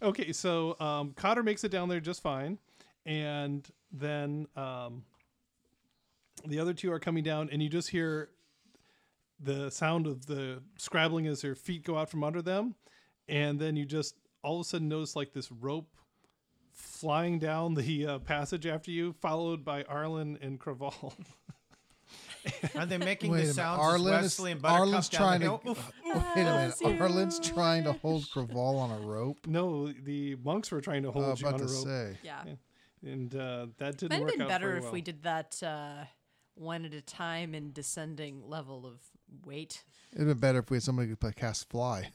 [SPEAKER 3] Okay, so um, Cotter makes it down there just fine, and then um, the other two are coming down, and you just hear the sound of the scrabbling as their feet go out from under them, and then you just all of a sudden notice like this rope flying down the uh, passage after you, followed by Arlen and Craval.
[SPEAKER 2] Are they making
[SPEAKER 1] Wait a
[SPEAKER 2] the
[SPEAKER 1] minute,
[SPEAKER 2] sounds
[SPEAKER 1] Arlen
[SPEAKER 2] as
[SPEAKER 1] is-
[SPEAKER 2] Wesley and Buttercup
[SPEAKER 1] Arlen's
[SPEAKER 2] down the
[SPEAKER 1] trying to-
[SPEAKER 2] hill? Oof.
[SPEAKER 1] Wait
[SPEAKER 4] Oh,
[SPEAKER 1] a minute. Arlen's trying to hold Craval on a rope.
[SPEAKER 3] no, the monks were trying to
[SPEAKER 1] Oh, I
[SPEAKER 3] hold
[SPEAKER 1] was
[SPEAKER 3] you on
[SPEAKER 1] about
[SPEAKER 3] a
[SPEAKER 1] to
[SPEAKER 3] rope,
[SPEAKER 1] say.
[SPEAKER 4] yeah.
[SPEAKER 3] and uh, that didn't
[SPEAKER 4] Might have
[SPEAKER 3] work
[SPEAKER 4] been
[SPEAKER 3] out
[SPEAKER 4] better
[SPEAKER 3] very
[SPEAKER 4] if
[SPEAKER 3] well.
[SPEAKER 4] we did that uh, one at a time in descending level of weight.
[SPEAKER 1] It'd been better if we had somebody who could play cast fly.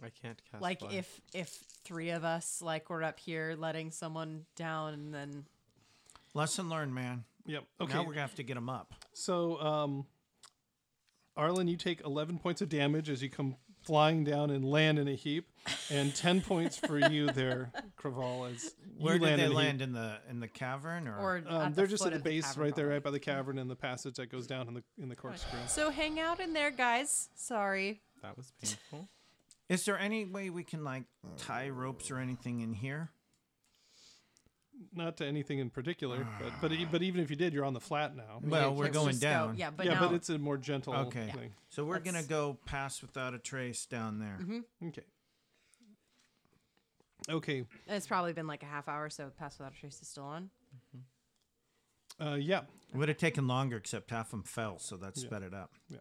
[SPEAKER 7] I can't cast.
[SPEAKER 4] like
[SPEAKER 7] fly.
[SPEAKER 4] if if three of us like were up here letting someone down and then
[SPEAKER 2] Lesson learned, man.
[SPEAKER 3] Yep. Okay.
[SPEAKER 2] Now we're gonna have to get them up.
[SPEAKER 3] So, um, Arlen, you take 11 points of damage as you come flying down and land in a heap, and 10 points for you there, Craval. As you
[SPEAKER 2] Where did
[SPEAKER 3] land
[SPEAKER 2] they
[SPEAKER 3] in a heap.
[SPEAKER 2] land in the in the cavern or?
[SPEAKER 4] or
[SPEAKER 3] Um,
[SPEAKER 4] at
[SPEAKER 3] they're
[SPEAKER 4] the
[SPEAKER 3] just
[SPEAKER 4] foot
[SPEAKER 3] at the
[SPEAKER 4] of
[SPEAKER 3] base,
[SPEAKER 4] cavern,
[SPEAKER 3] right there,
[SPEAKER 4] probably.
[SPEAKER 3] right by the cavern, and the passage that goes down in the in the corkscrew.
[SPEAKER 4] So hang out in there, guys. Sorry.
[SPEAKER 7] that was painful.
[SPEAKER 2] is there any way we can like tie ropes or anything in here?
[SPEAKER 3] Not to anything in particular, but but e- but even if you did, you're on the flat now.
[SPEAKER 2] Well, Oh, we're
[SPEAKER 4] Let's
[SPEAKER 2] going
[SPEAKER 4] just go-
[SPEAKER 2] down.
[SPEAKER 4] Yeah, but
[SPEAKER 3] yeah,
[SPEAKER 4] now
[SPEAKER 3] but it's a more gentle
[SPEAKER 2] Okay.
[SPEAKER 3] thing.
[SPEAKER 2] So we're gonna
[SPEAKER 4] Let's- Mm-hmm.
[SPEAKER 2] go pass without a trace down there.
[SPEAKER 3] Okay. Okay.
[SPEAKER 4] it's probably been like a half hour, so Pass Without a Trace is still on.
[SPEAKER 3] Uh, yeah.
[SPEAKER 2] It would have taken longer, except half them fell, so that sped it up.
[SPEAKER 4] Yeah.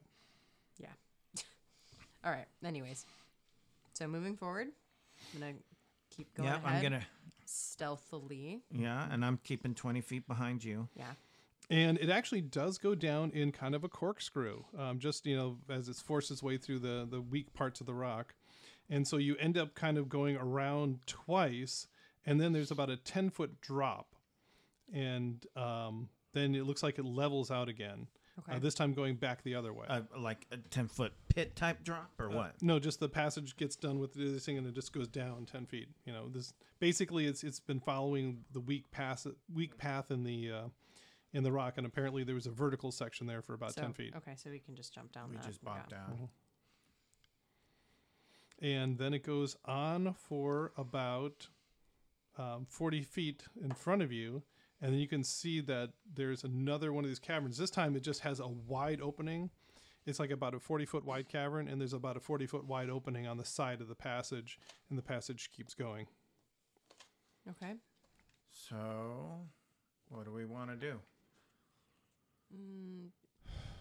[SPEAKER 4] All right. Anyways, so moving forward, I'm gonna keep going.
[SPEAKER 2] yeah,
[SPEAKER 4] ahead
[SPEAKER 2] I'm gonna.
[SPEAKER 4] stealthily.
[SPEAKER 2] Yeah, and I'm keeping 20 feet behind you.
[SPEAKER 4] Yeah.
[SPEAKER 3] and it actually does go down in kind of a corkscrew um, just you know as it's forced its way through the the weak parts of the rock and so you end up kind of going around twice and then there's about a 10 foot drop and um, then it looks like it levels out again
[SPEAKER 4] Okay.
[SPEAKER 3] uh, this time going back the other way
[SPEAKER 2] Uh, like a 10 foot pit type drop or what?
[SPEAKER 3] no just the passage gets done with this thing and it just goes down 10 feet you know this basically it's it's been following the weak pass weak path in the uh, in the rock and apparently there was a vertical section there for about
[SPEAKER 4] so,
[SPEAKER 3] 10 feet
[SPEAKER 4] Okay, so we can just jump down.
[SPEAKER 2] We
[SPEAKER 4] that.
[SPEAKER 2] just
[SPEAKER 4] Yeah.
[SPEAKER 2] bobbed down.
[SPEAKER 3] and then it goes on for about um, 40 feet in front of you and then you can see that there's another one of these caverns this time it just has a wide opening it's like about a 40 foot wide cavern and there's about a 40 foot wide opening on the side of the passage and the passage keeps going
[SPEAKER 4] Okay.
[SPEAKER 2] So, what do we want to do?
[SPEAKER 4] Mm,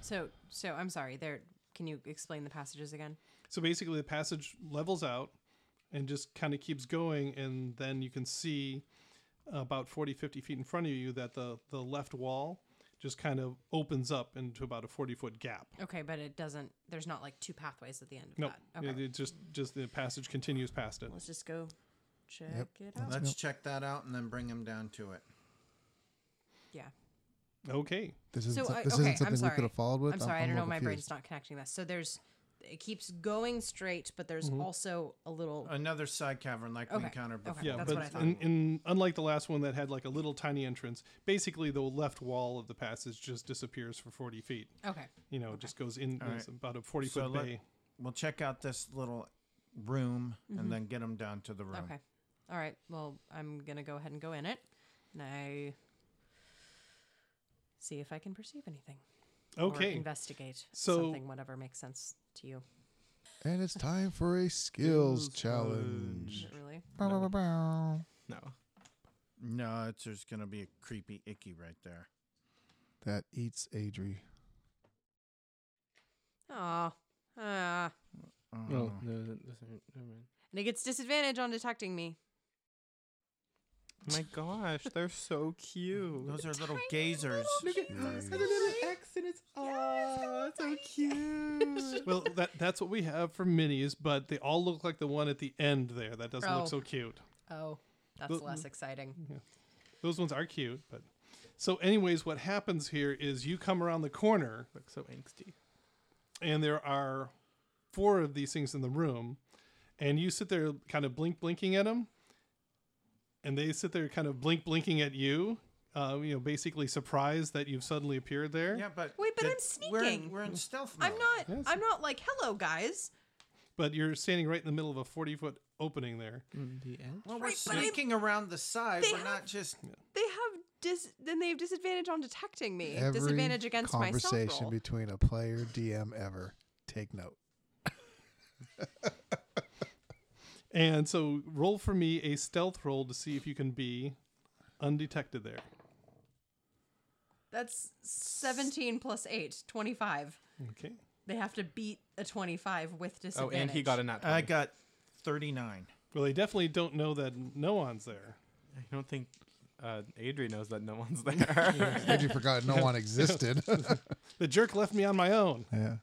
[SPEAKER 4] So so I'm sorry. There. Can you explain the passages again?
[SPEAKER 3] so basically the passage levels out and just kind of keeps going and then you can see about 40 50 feet in front of you that the the left wall just kind of opens up into about a 40 foot gap
[SPEAKER 4] Okay, but it doesn't. There's not like two pathways at the end of
[SPEAKER 3] Nope.
[SPEAKER 4] that. Okay.
[SPEAKER 3] It, it just just the passage continues past it.
[SPEAKER 4] Let's just go check it out.
[SPEAKER 2] Let's check that out and then bring them down to it.
[SPEAKER 4] yeah.
[SPEAKER 3] Okay.
[SPEAKER 1] This isn't,
[SPEAKER 4] So
[SPEAKER 1] so,
[SPEAKER 4] I-
[SPEAKER 1] this
[SPEAKER 4] okay,
[SPEAKER 1] isn't
[SPEAKER 4] I'm
[SPEAKER 1] something we
[SPEAKER 4] sorry.
[SPEAKER 1] could have followed with.
[SPEAKER 4] I'm sorry, I'm, I
[SPEAKER 1] I'm
[SPEAKER 4] do not know.
[SPEAKER 1] all
[SPEAKER 4] My
[SPEAKER 1] confused.
[SPEAKER 4] brain's not connecting this. So there's, it keeps going straight, but there's also a little.
[SPEAKER 2] Another side cavern like we
[SPEAKER 4] Okay,
[SPEAKER 2] encountered
[SPEAKER 4] okay.
[SPEAKER 2] before.
[SPEAKER 3] Yeah,
[SPEAKER 4] That's
[SPEAKER 3] but
[SPEAKER 4] what I thought.
[SPEAKER 3] in, in unlike the last one that had like a little tiny entrance, basically the left wall of the passage just disappears for 40 feet.
[SPEAKER 4] okay.
[SPEAKER 3] You know, it just goes in
[SPEAKER 2] All
[SPEAKER 3] it's
[SPEAKER 2] right.
[SPEAKER 3] about a 40
[SPEAKER 2] So
[SPEAKER 3] foot
[SPEAKER 2] let-
[SPEAKER 3] bay.
[SPEAKER 2] We'll check out this little room and then get them down to the room.
[SPEAKER 4] Mm-hmm. Okay. All right. Well, I'm gonna go ahead and go in it, and I see if I can perceive anything. or
[SPEAKER 3] Okay.
[SPEAKER 4] investigate
[SPEAKER 3] So-
[SPEAKER 4] something, whatever makes sense to you.
[SPEAKER 1] And it's time for a skills challenge.
[SPEAKER 4] Is it really?
[SPEAKER 1] Bow, bow, bow, bow.
[SPEAKER 7] No.
[SPEAKER 2] No, it's there's going to be a creepy icky right there.
[SPEAKER 1] That eats Adri.
[SPEAKER 4] Oh. Ah.
[SPEAKER 2] Oh,
[SPEAKER 5] No, no, no, no, never mind.
[SPEAKER 4] and it gets disadvantage on detecting me.
[SPEAKER 7] Oh My gosh, they're so cute.
[SPEAKER 2] Those are little gazers.
[SPEAKER 5] It's got a little X and it's aw, it's so cute.
[SPEAKER 3] Well, that that's what we have for minis, but they all look like the one at the end there. That doesn't
[SPEAKER 4] Oh.
[SPEAKER 3] look so cute.
[SPEAKER 4] Oh, that's
[SPEAKER 3] Well-
[SPEAKER 4] less exciting.
[SPEAKER 3] Those ones are cute, but so anyways, what happens here is you come around the corner
[SPEAKER 7] Look so angsty.
[SPEAKER 3] and there are four of these things in the room, and you sit there kind of blink blinking at them, and they sit there kind of blink blinking at you. Uh, you know, basically surprised that you've suddenly appeared there.
[SPEAKER 2] Yeah, but
[SPEAKER 4] Wait, but
[SPEAKER 2] the-
[SPEAKER 4] I'm
[SPEAKER 2] We're in,
[SPEAKER 4] sneaking.
[SPEAKER 2] we're in stealth mode.
[SPEAKER 4] I'm not.
[SPEAKER 3] Yes.
[SPEAKER 4] I'm not like, hello, guys.
[SPEAKER 3] But you're standing right in the middle of a 40 foot opening there.
[SPEAKER 2] Well, we're
[SPEAKER 4] Right, but I'm-
[SPEAKER 2] sneaking around the side.
[SPEAKER 4] They
[SPEAKER 2] We're
[SPEAKER 4] have-
[SPEAKER 2] not just.
[SPEAKER 4] They have dis. Then they have disadvantage on detecting me.
[SPEAKER 1] Every
[SPEAKER 4] disadvantage against myself.
[SPEAKER 1] conversation
[SPEAKER 4] roll.
[SPEAKER 1] between a player DM ever. Take note.
[SPEAKER 3] And so roll for me a stealth roll to see if you can be undetected there.
[SPEAKER 4] That's 17 plus 8, 25.
[SPEAKER 3] Okay.
[SPEAKER 4] They have to beat a 25 with
[SPEAKER 7] Oh,
[SPEAKER 4] disadvantage.
[SPEAKER 7] and he got a nat 20.
[SPEAKER 2] I got 39.
[SPEAKER 3] Well, they definitely don't know that no one's there.
[SPEAKER 7] I don't think uh, Adri knows that no one's there.
[SPEAKER 1] Had you forgotten no one existed?
[SPEAKER 3] The jerk left me on my own.
[SPEAKER 1] yeah.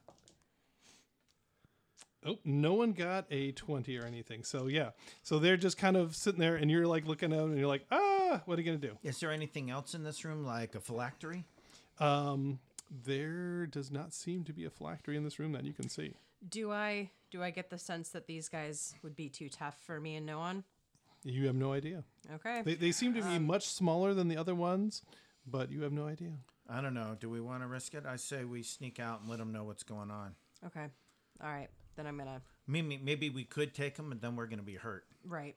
[SPEAKER 3] Oh, no one got a 20 or anything. So, yeah. So they're just kind of sitting there and you're like looking at them and you're like, ah, what are you going to do?
[SPEAKER 2] Is there anything else in this room, like a phylactery?
[SPEAKER 3] Um, there does not seem to be a phylactery in this room that you can see.
[SPEAKER 4] Do I do I get the sense that these guys would be too tough for me and no one?
[SPEAKER 3] You have no idea.
[SPEAKER 4] Okay.
[SPEAKER 3] They, they seem to be
[SPEAKER 2] Um,
[SPEAKER 3] much smaller than the other ones, but you have no idea.
[SPEAKER 2] I don't know. Do we want to risk it? I say we sneak out and let them know what's going on.
[SPEAKER 4] okay. All right. Then I'm going to
[SPEAKER 2] Maybe, maybe we could take them, and then we're going to be hurt.
[SPEAKER 4] right.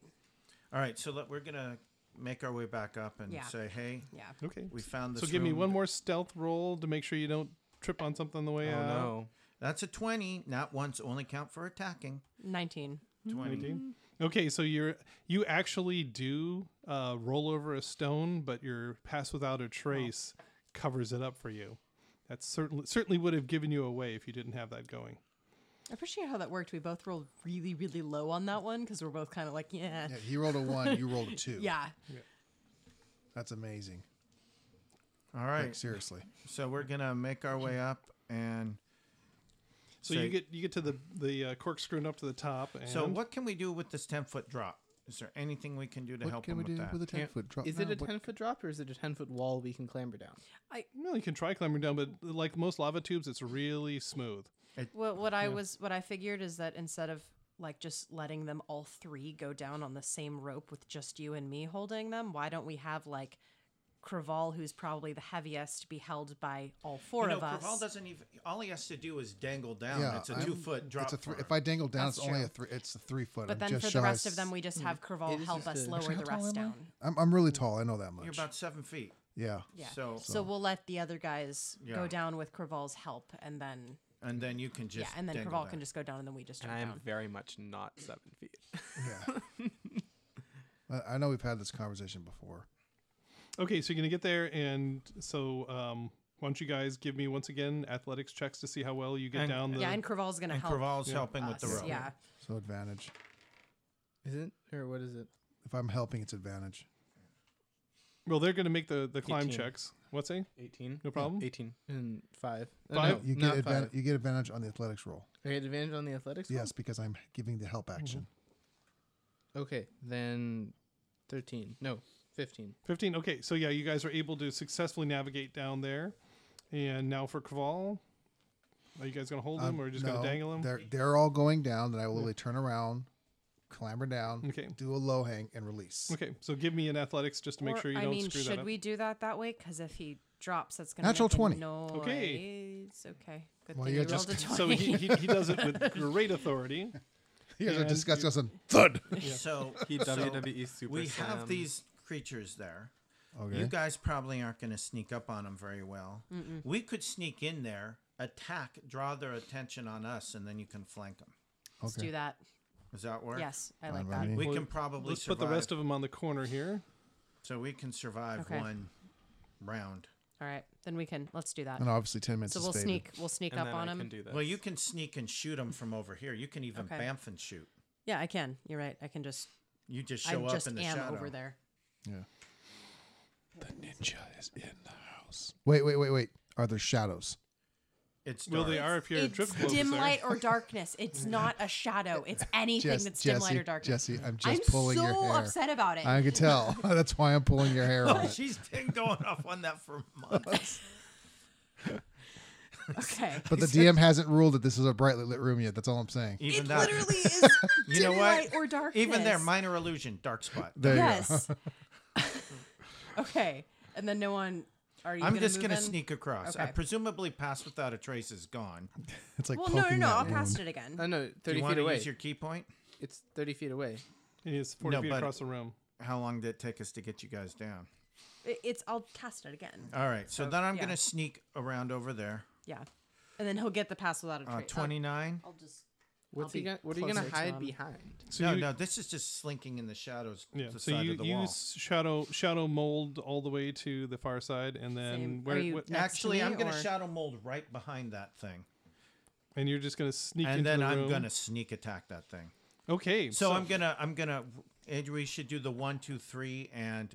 [SPEAKER 2] All right, so let, we're going to make our way back up and
[SPEAKER 4] Yeah.
[SPEAKER 2] say, hey,
[SPEAKER 4] Yeah.
[SPEAKER 3] Okay.
[SPEAKER 2] we found this
[SPEAKER 3] So give me
[SPEAKER 2] room.
[SPEAKER 3] one more stealth roll to make sure you don't trip on something on the way
[SPEAKER 7] oh,
[SPEAKER 3] out.
[SPEAKER 7] no.
[SPEAKER 2] That's a 20, not once, only count for attacking.
[SPEAKER 4] 19.
[SPEAKER 2] 20.
[SPEAKER 3] Okay, so you're you actually do uh, roll over a stone, but your pass without a trace covers it up for you. That certainly certainly would have given you away if you didn't have that going.
[SPEAKER 4] I appreciate how that worked. We both rolled really, really low on that one because we're both kind of like, yeah.
[SPEAKER 1] yeah. He rolled a one. You rolled a two.
[SPEAKER 4] Yeah.
[SPEAKER 1] That's amazing.
[SPEAKER 2] All
[SPEAKER 1] Like,
[SPEAKER 2] right,
[SPEAKER 1] seriously.
[SPEAKER 2] so we're going to make our way up and.
[SPEAKER 3] So
[SPEAKER 2] So-
[SPEAKER 3] you get you get to the the uh, corkscrew up to the top. And
[SPEAKER 2] So what can we do with this ten foot drop? Is there anything we can do to
[SPEAKER 1] What
[SPEAKER 2] help
[SPEAKER 1] can
[SPEAKER 2] him
[SPEAKER 1] we
[SPEAKER 2] with
[SPEAKER 1] do
[SPEAKER 2] that?
[SPEAKER 1] with a ten
[SPEAKER 5] Can't-
[SPEAKER 1] foot drop?
[SPEAKER 5] Is it
[SPEAKER 1] now?
[SPEAKER 5] a
[SPEAKER 1] What-
[SPEAKER 5] ten foot drop or is it a ten foot wall we can clamber down?
[SPEAKER 3] Well, you can try climbing down, but like most lava tubes, it's really smooth.
[SPEAKER 4] What what I was what I figured is that instead of like just letting them all three go down on the same rope with just you and me holding them, why don't we have like Craval, who's probably the heaviest, be held by all four
[SPEAKER 2] you know,
[SPEAKER 4] of us?
[SPEAKER 2] Craval doesn't even. All he has to do is dangle down.
[SPEAKER 1] Yeah,
[SPEAKER 2] it's a
[SPEAKER 1] I'm-
[SPEAKER 2] two foot drop.
[SPEAKER 1] It's a three,
[SPEAKER 2] for
[SPEAKER 1] if
[SPEAKER 2] him.
[SPEAKER 1] I dangle down,
[SPEAKER 4] That's
[SPEAKER 1] it's only
[SPEAKER 4] true.
[SPEAKER 1] a three. It's a three foot.
[SPEAKER 4] but
[SPEAKER 1] I'm
[SPEAKER 4] then
[SPEAKER 1] just
[SPEAKER 4] for the
[SPEAKER 1] shy
[SPEAKER 4] rest of them, we just have
[SPEAKER 5] It
[SPEAKER 4] Craval
[SPEAKER 5] is
[SPEAKER 4] help
[SPEAKER 5] just
[SPEAKER 4] us
[SPEAKER 5] a-
[SPEAKER 4] lower the rest down.
[SPEAKER 1] I'm, I'm really tall. I know that much.
[SPEAKER 2] You're about seven feet.
[SPEAKER 1] yeah.
[SPEAKER 4] Yeah.
[SPEAKER 2] So-
[SPEAKER 4] So, we'll let the other guys
[SPEAKER 2] Yeah.
[SPEAKER 4] go down with Craval's help, and then
[SPEAKER 2] And then you can just.
[SPEAKER 4] yeah, and then
[SPEAKER 2] dangle
[SPEAKER 4] Craval
[SPEAKER 2] down.
[SPEAKER 4] can just go down, and then we just
[SPEAKER 7] And
[SPEAKER 4] jump
[SPEAKER 7] I am
[SPEAKER 4] down.
[SPEAKER 7] very much not seven feet.
[SPEAKER 1] Yeah. I- I know we've had this conversation before.
[SPEAKER 3] Okay, so you're gonna get there, and so um, why don't you guys give me once again athletics checks to see how well you get
[SPEAKER 7] And-
[SPEAKER 3] down the
[SPEAKER 4] Yeah, and Craval's gonna
[SPEAKER 2] And
[SPEAKER 4] help.
[SPEAKER 2] Craval's helping with the
[SPEAKER 4] us,
[SPEAKER 2] rope.
[SPEAKER 4] Yeah.
[SPEAKER 1] So advantage.
[SPEAKER 5] Is it or what is it?
[SPEAKER 1] If I'm helping, it's advantage.
[SPEAKER 3] Well, they're going to make the, the climb
[SPEAKER 7] 18.
[SPEAKER 3] checks. What's a
[SPEAKER 7] 18?
[SPEAKER 3] no problem?
[SPEAKER 7] 18.
[SPEAKER 5] And five. Uh,
[SPEAKER 3] Five?
[SPEAKER 5] no,
[SPEAKER 1] You
[SPEAKER 5] not
[SPEAKER 1] get advantage.
[SPEAKER 5] five.
[SPEAKER 1] You get advantage on the athletics roll.
[SPEAKER 5] I get advantage on the athletics. roll?
[SPEAKER 1] Yes, because I'm giving the help action.
[SPEAKER 5] Okay, then thirteen. No, fifteen.
[SPEAKER 3] 15. Okay, so yeah, you guys are able to successfully navigate down there. And now for Craval, are you guys going to hold him
[SPEAKER 1] Um,
[SPEAKER 3] or just going
[SPEAKER 1] no,
[SPEAKER 3] to dangle him?
[SPEAKER 1] They're they're all going down. Then I will literally turn around, clamber down,
[SPEAKER 3] Okay.
[SPEAKER 1] do a low hang, and release.
[SPEAKER 3] Okay, so give me an athletics just to make
[SPEAKER 4] Or,
[SPEAKER 3] sure you
[SPEAKER 4] I
[SPEAKER 3] don't
[SPEAKER 4] mean,
[SPEAKER 3] screw
[SPEAKER 4] should
[SPEAKER 3] that up.
[SPEAKER 4] we do that that way? Because if he drops, that's gonna
[SPEAKER 1] Natural
[SPEAKER 4] make a
[SPEAKER 1] 20.
[SPEAKER 3] Okay.
[SPEAKER 4] noise. Okay. Good
[SPEAKER 1] Well,
[SPEAKER 4] thing
[SPEAKER 1] you're
[SPEAKER 4] you rolled a
[SPEAKER 1] just-
[SPEAKER 4] 20.
[SPEAKER 3] So he, he, he does it with great authority.
[SPEAKER 1] You guys are
[SPEAKER 3] And
[SPEAKER 1] discussing us and thud.
[SPEAKER 2] So
[SPEAKER 7] He
[SPEAKER 2] so
[SPEAKER 7] WWE E Super
[SPEAKER 2] We
[SPEAKER 7] Slam.
[SPEAKER 4] um,
[SPEAKER 2] have these creatures there.
[SPEAKER 1] Okay.
[SPEAKER 2] You guys probably aren't going to sneak up on them very well. We could sneak in there, attack, draw their attention on us, and then you can flank them.
[SPEAKER 4] Let's do that.
[SPEAKER 2] Does that work?
[SPEAKER 4] Yes, I like
[SPEAKER 1] by
[SPEAKER 4] that.
[SPEAKER 1] me.
[SPEAKER 2] We
[SPEAKER 3] Well,
[SPEAKER 2] can probably
[SPEAKER 3] Let's
[SPEAKER 2] survive.
[SPEAKER 3] put the rest of them on the corner here.
[SPEAKER 2] so we can survive
[SPEAKER 4] Okay.
[SPEAKER 2] one round.
[SPEAKER 4] All right, then we can. Let's do that.
[SPEAKER 1] And obviously, ten minutes.
[SPEAKER 4] So
[SPEAKER 1] is
[SPEAKER 4] we'll
[SPEAKER 1] faded.
[SPEAKER 4] sneak. We'll sneak
[SPEAKER 7] And
[SPEAKER 4] up
[SPEAKER 7] then
[SPEAKER 4] on
[SPEAKER 7] I
[SPEAKER 4] him.
[SPEAKER 7] can do this.
[SPEAKER 2] Well, you can sneak and shoot them from over here. You can even
[SPEAKER 4] Okay.
[SPEAKER 2] bamf and shoot.
[SPEAKER 4] Yeah, I can. You're right. I can just.
[SPEAKER 2] You just
[SPEAKER 4] I
[SPEAKER 2] show up
[SPEAKER 4] just
[SPEAKER 2] in the
[SPEAKER 4] am
[SPEAKER 2] shadow.
[SPEAKER 4] over there.
[SPEAKER 1] Yeah. The ninja is in the house. Wait, wait, wait, wait. Are there shadows?
[SPEAKER 2] It's dark.
[SPEAKER 3] Well, they are if you're a
[SPEAKER 4] it's
[SPEAKER 3] drip globe.
[SPEAKER 4] dim
[SPEAKER 3] sir.
[SPEAKER 4] light or darkness. It's not a shadow. It's anything
[SPEAKER 1] Jess-
[SPEAKER 4] that's dim
[SPEAKER 1] Jesse,
[SPEAKER 4] light or darkness.
[SPEAKER 1] Jesse, I'm just
[SPEAKER 4] I'm
[SPEAKER 1] pulling
[SPEAKER 4] so
[SPEAKER 1] your hair.
[SPEAKER 4] upset Oh, about it.
[SPEAKER 1] I can tell. That's why I'm pulling your hair on it.
[SPEAKER 2] She's been going off on that for months.
[SPEAKER 4] okay.
[SPEAKER 1] But the DM hasn't ruled that this is a brightly lit room yet. That's all I'm saying.
[SPEAKER 2] Even
[SPEAKER 4] it
[SPEAKER 2] that.
[SPEAKER 4] literally is
[SPEAKER 2] you know
[SPEAKER 4] dim
[SPEAKER 2] what?
[SPEAKER 4] light or darkness.
[SPEAKER 2] Even there, minor illusion, dark spot.
[SPEAKER 1] There you go.
[SPEAKER 4] yes. okay. And then no one. Are you?
[SPEAKER 2] I'm
[SPEAKER 4] gonna
[SPEAKER 2] just
[SPEAKER 4] move
[SPEAKER 2] gonna
[SPEAKER 4] in?
[SPEAKER 2] sneak across. I
[SPEAKER 4] Okay.
[SPEAKER 2] presumably pass without a trace is gone.
[SPEAKER 1] It's like
[SPEAKER 4] Well,
[SPEAKER 1] poking
[SPEAKER 4] no, no, no.
[SPEAKER 1] that
[SPEAKER 4] I'll
[SPEAKER 1] wound.
[SPEAKER 4] cast it again.
[SPEAKER 5] Oh no,
[SPEAKER 2] Do
[SPEAKER 5] thirty
[SPEAKER 2] you want
[SPEAKER 5] feet
[SPEAKER 2] to
[SPEAKER 5] away.
[SPEAKER 2] use your key point?
[SPEAKER 5] It's thirty feet away.
[SPEAKER 3] It's 40
[SPEAKER 2] No,
[SPEAKER 3] feet
[SPEAKER 2] but-
[SPEAKER 3] across the room.
[SPEAKER 2] How long did it take us to get you guys down?
[SPEAKER 4] I- It's. I'll cast it again.
[SPEAKER 2] All right, so, then I'm
[SPEAKER 4] yeah.
[SPEAKER 2] gonna sneak around over there.
[SPEAKER 4] Yeah. And then he'll get the pass without a
[SPEAKER 2] Uh,
[SPEAKER 4] trace. I'll-
[SPEAKER 2] 29.
[SPEAKER 4] Um, I'll just.
[SPEAKER 5] What's
[SPEAKER 4] I'll
[SPEAKER 5] he
[SPEAKER 4] be
[SPEAKER 5] gonna, what are you gonna
[SPEAKER 4] closer to
[SPEAKER 5] hide
[SPEAKER 4] him.
[SPEAKER 5] behind?
[SPEAKER 3] So
[SPEAKER 2] no,
[SPEAKER 3] you,
[SPEAKER 2] no, this is just slinking in the shadows.
[SPEAKER 3] yeah.
[SPEAKER 2] to the
[SPEAKER 3] So
[SPEAKER 2] side
[SPEAKER 3] you
[SPEAKER 2] of the wall.
[SPEAKER 3] use shadow shadow mold all the way to the far side, and then
[SPEAKER 4] Same.
[SPEAKER 3] where
[SPEAKER 4] Are you-
[SPEAKER 3] what,
[SPEAKER 4] next to
[SPEAKER 2] Actually,
[SPEAKER 4] me,
[SPEAKER 2] I'm gonna
[SPEAKER 4] or-
[SPEAKER 2] shadow mold right behind that thing,
[SPEAKER 3] and you're just gonna sneak
[SPEAKER 2] and
[SPEAKER 3] into
[SPEAKER 2] then
[SPEAKER 3] the
[SPEAKER 2] I'm
[SPEAKER 3] room.
[SPEAKER 2] gonna sneak attack that thing.
[SPEAKER 3] okay.
[SPEAKER 2] So, I'm gonna, I'm gonna. And we should do the one, two, three, and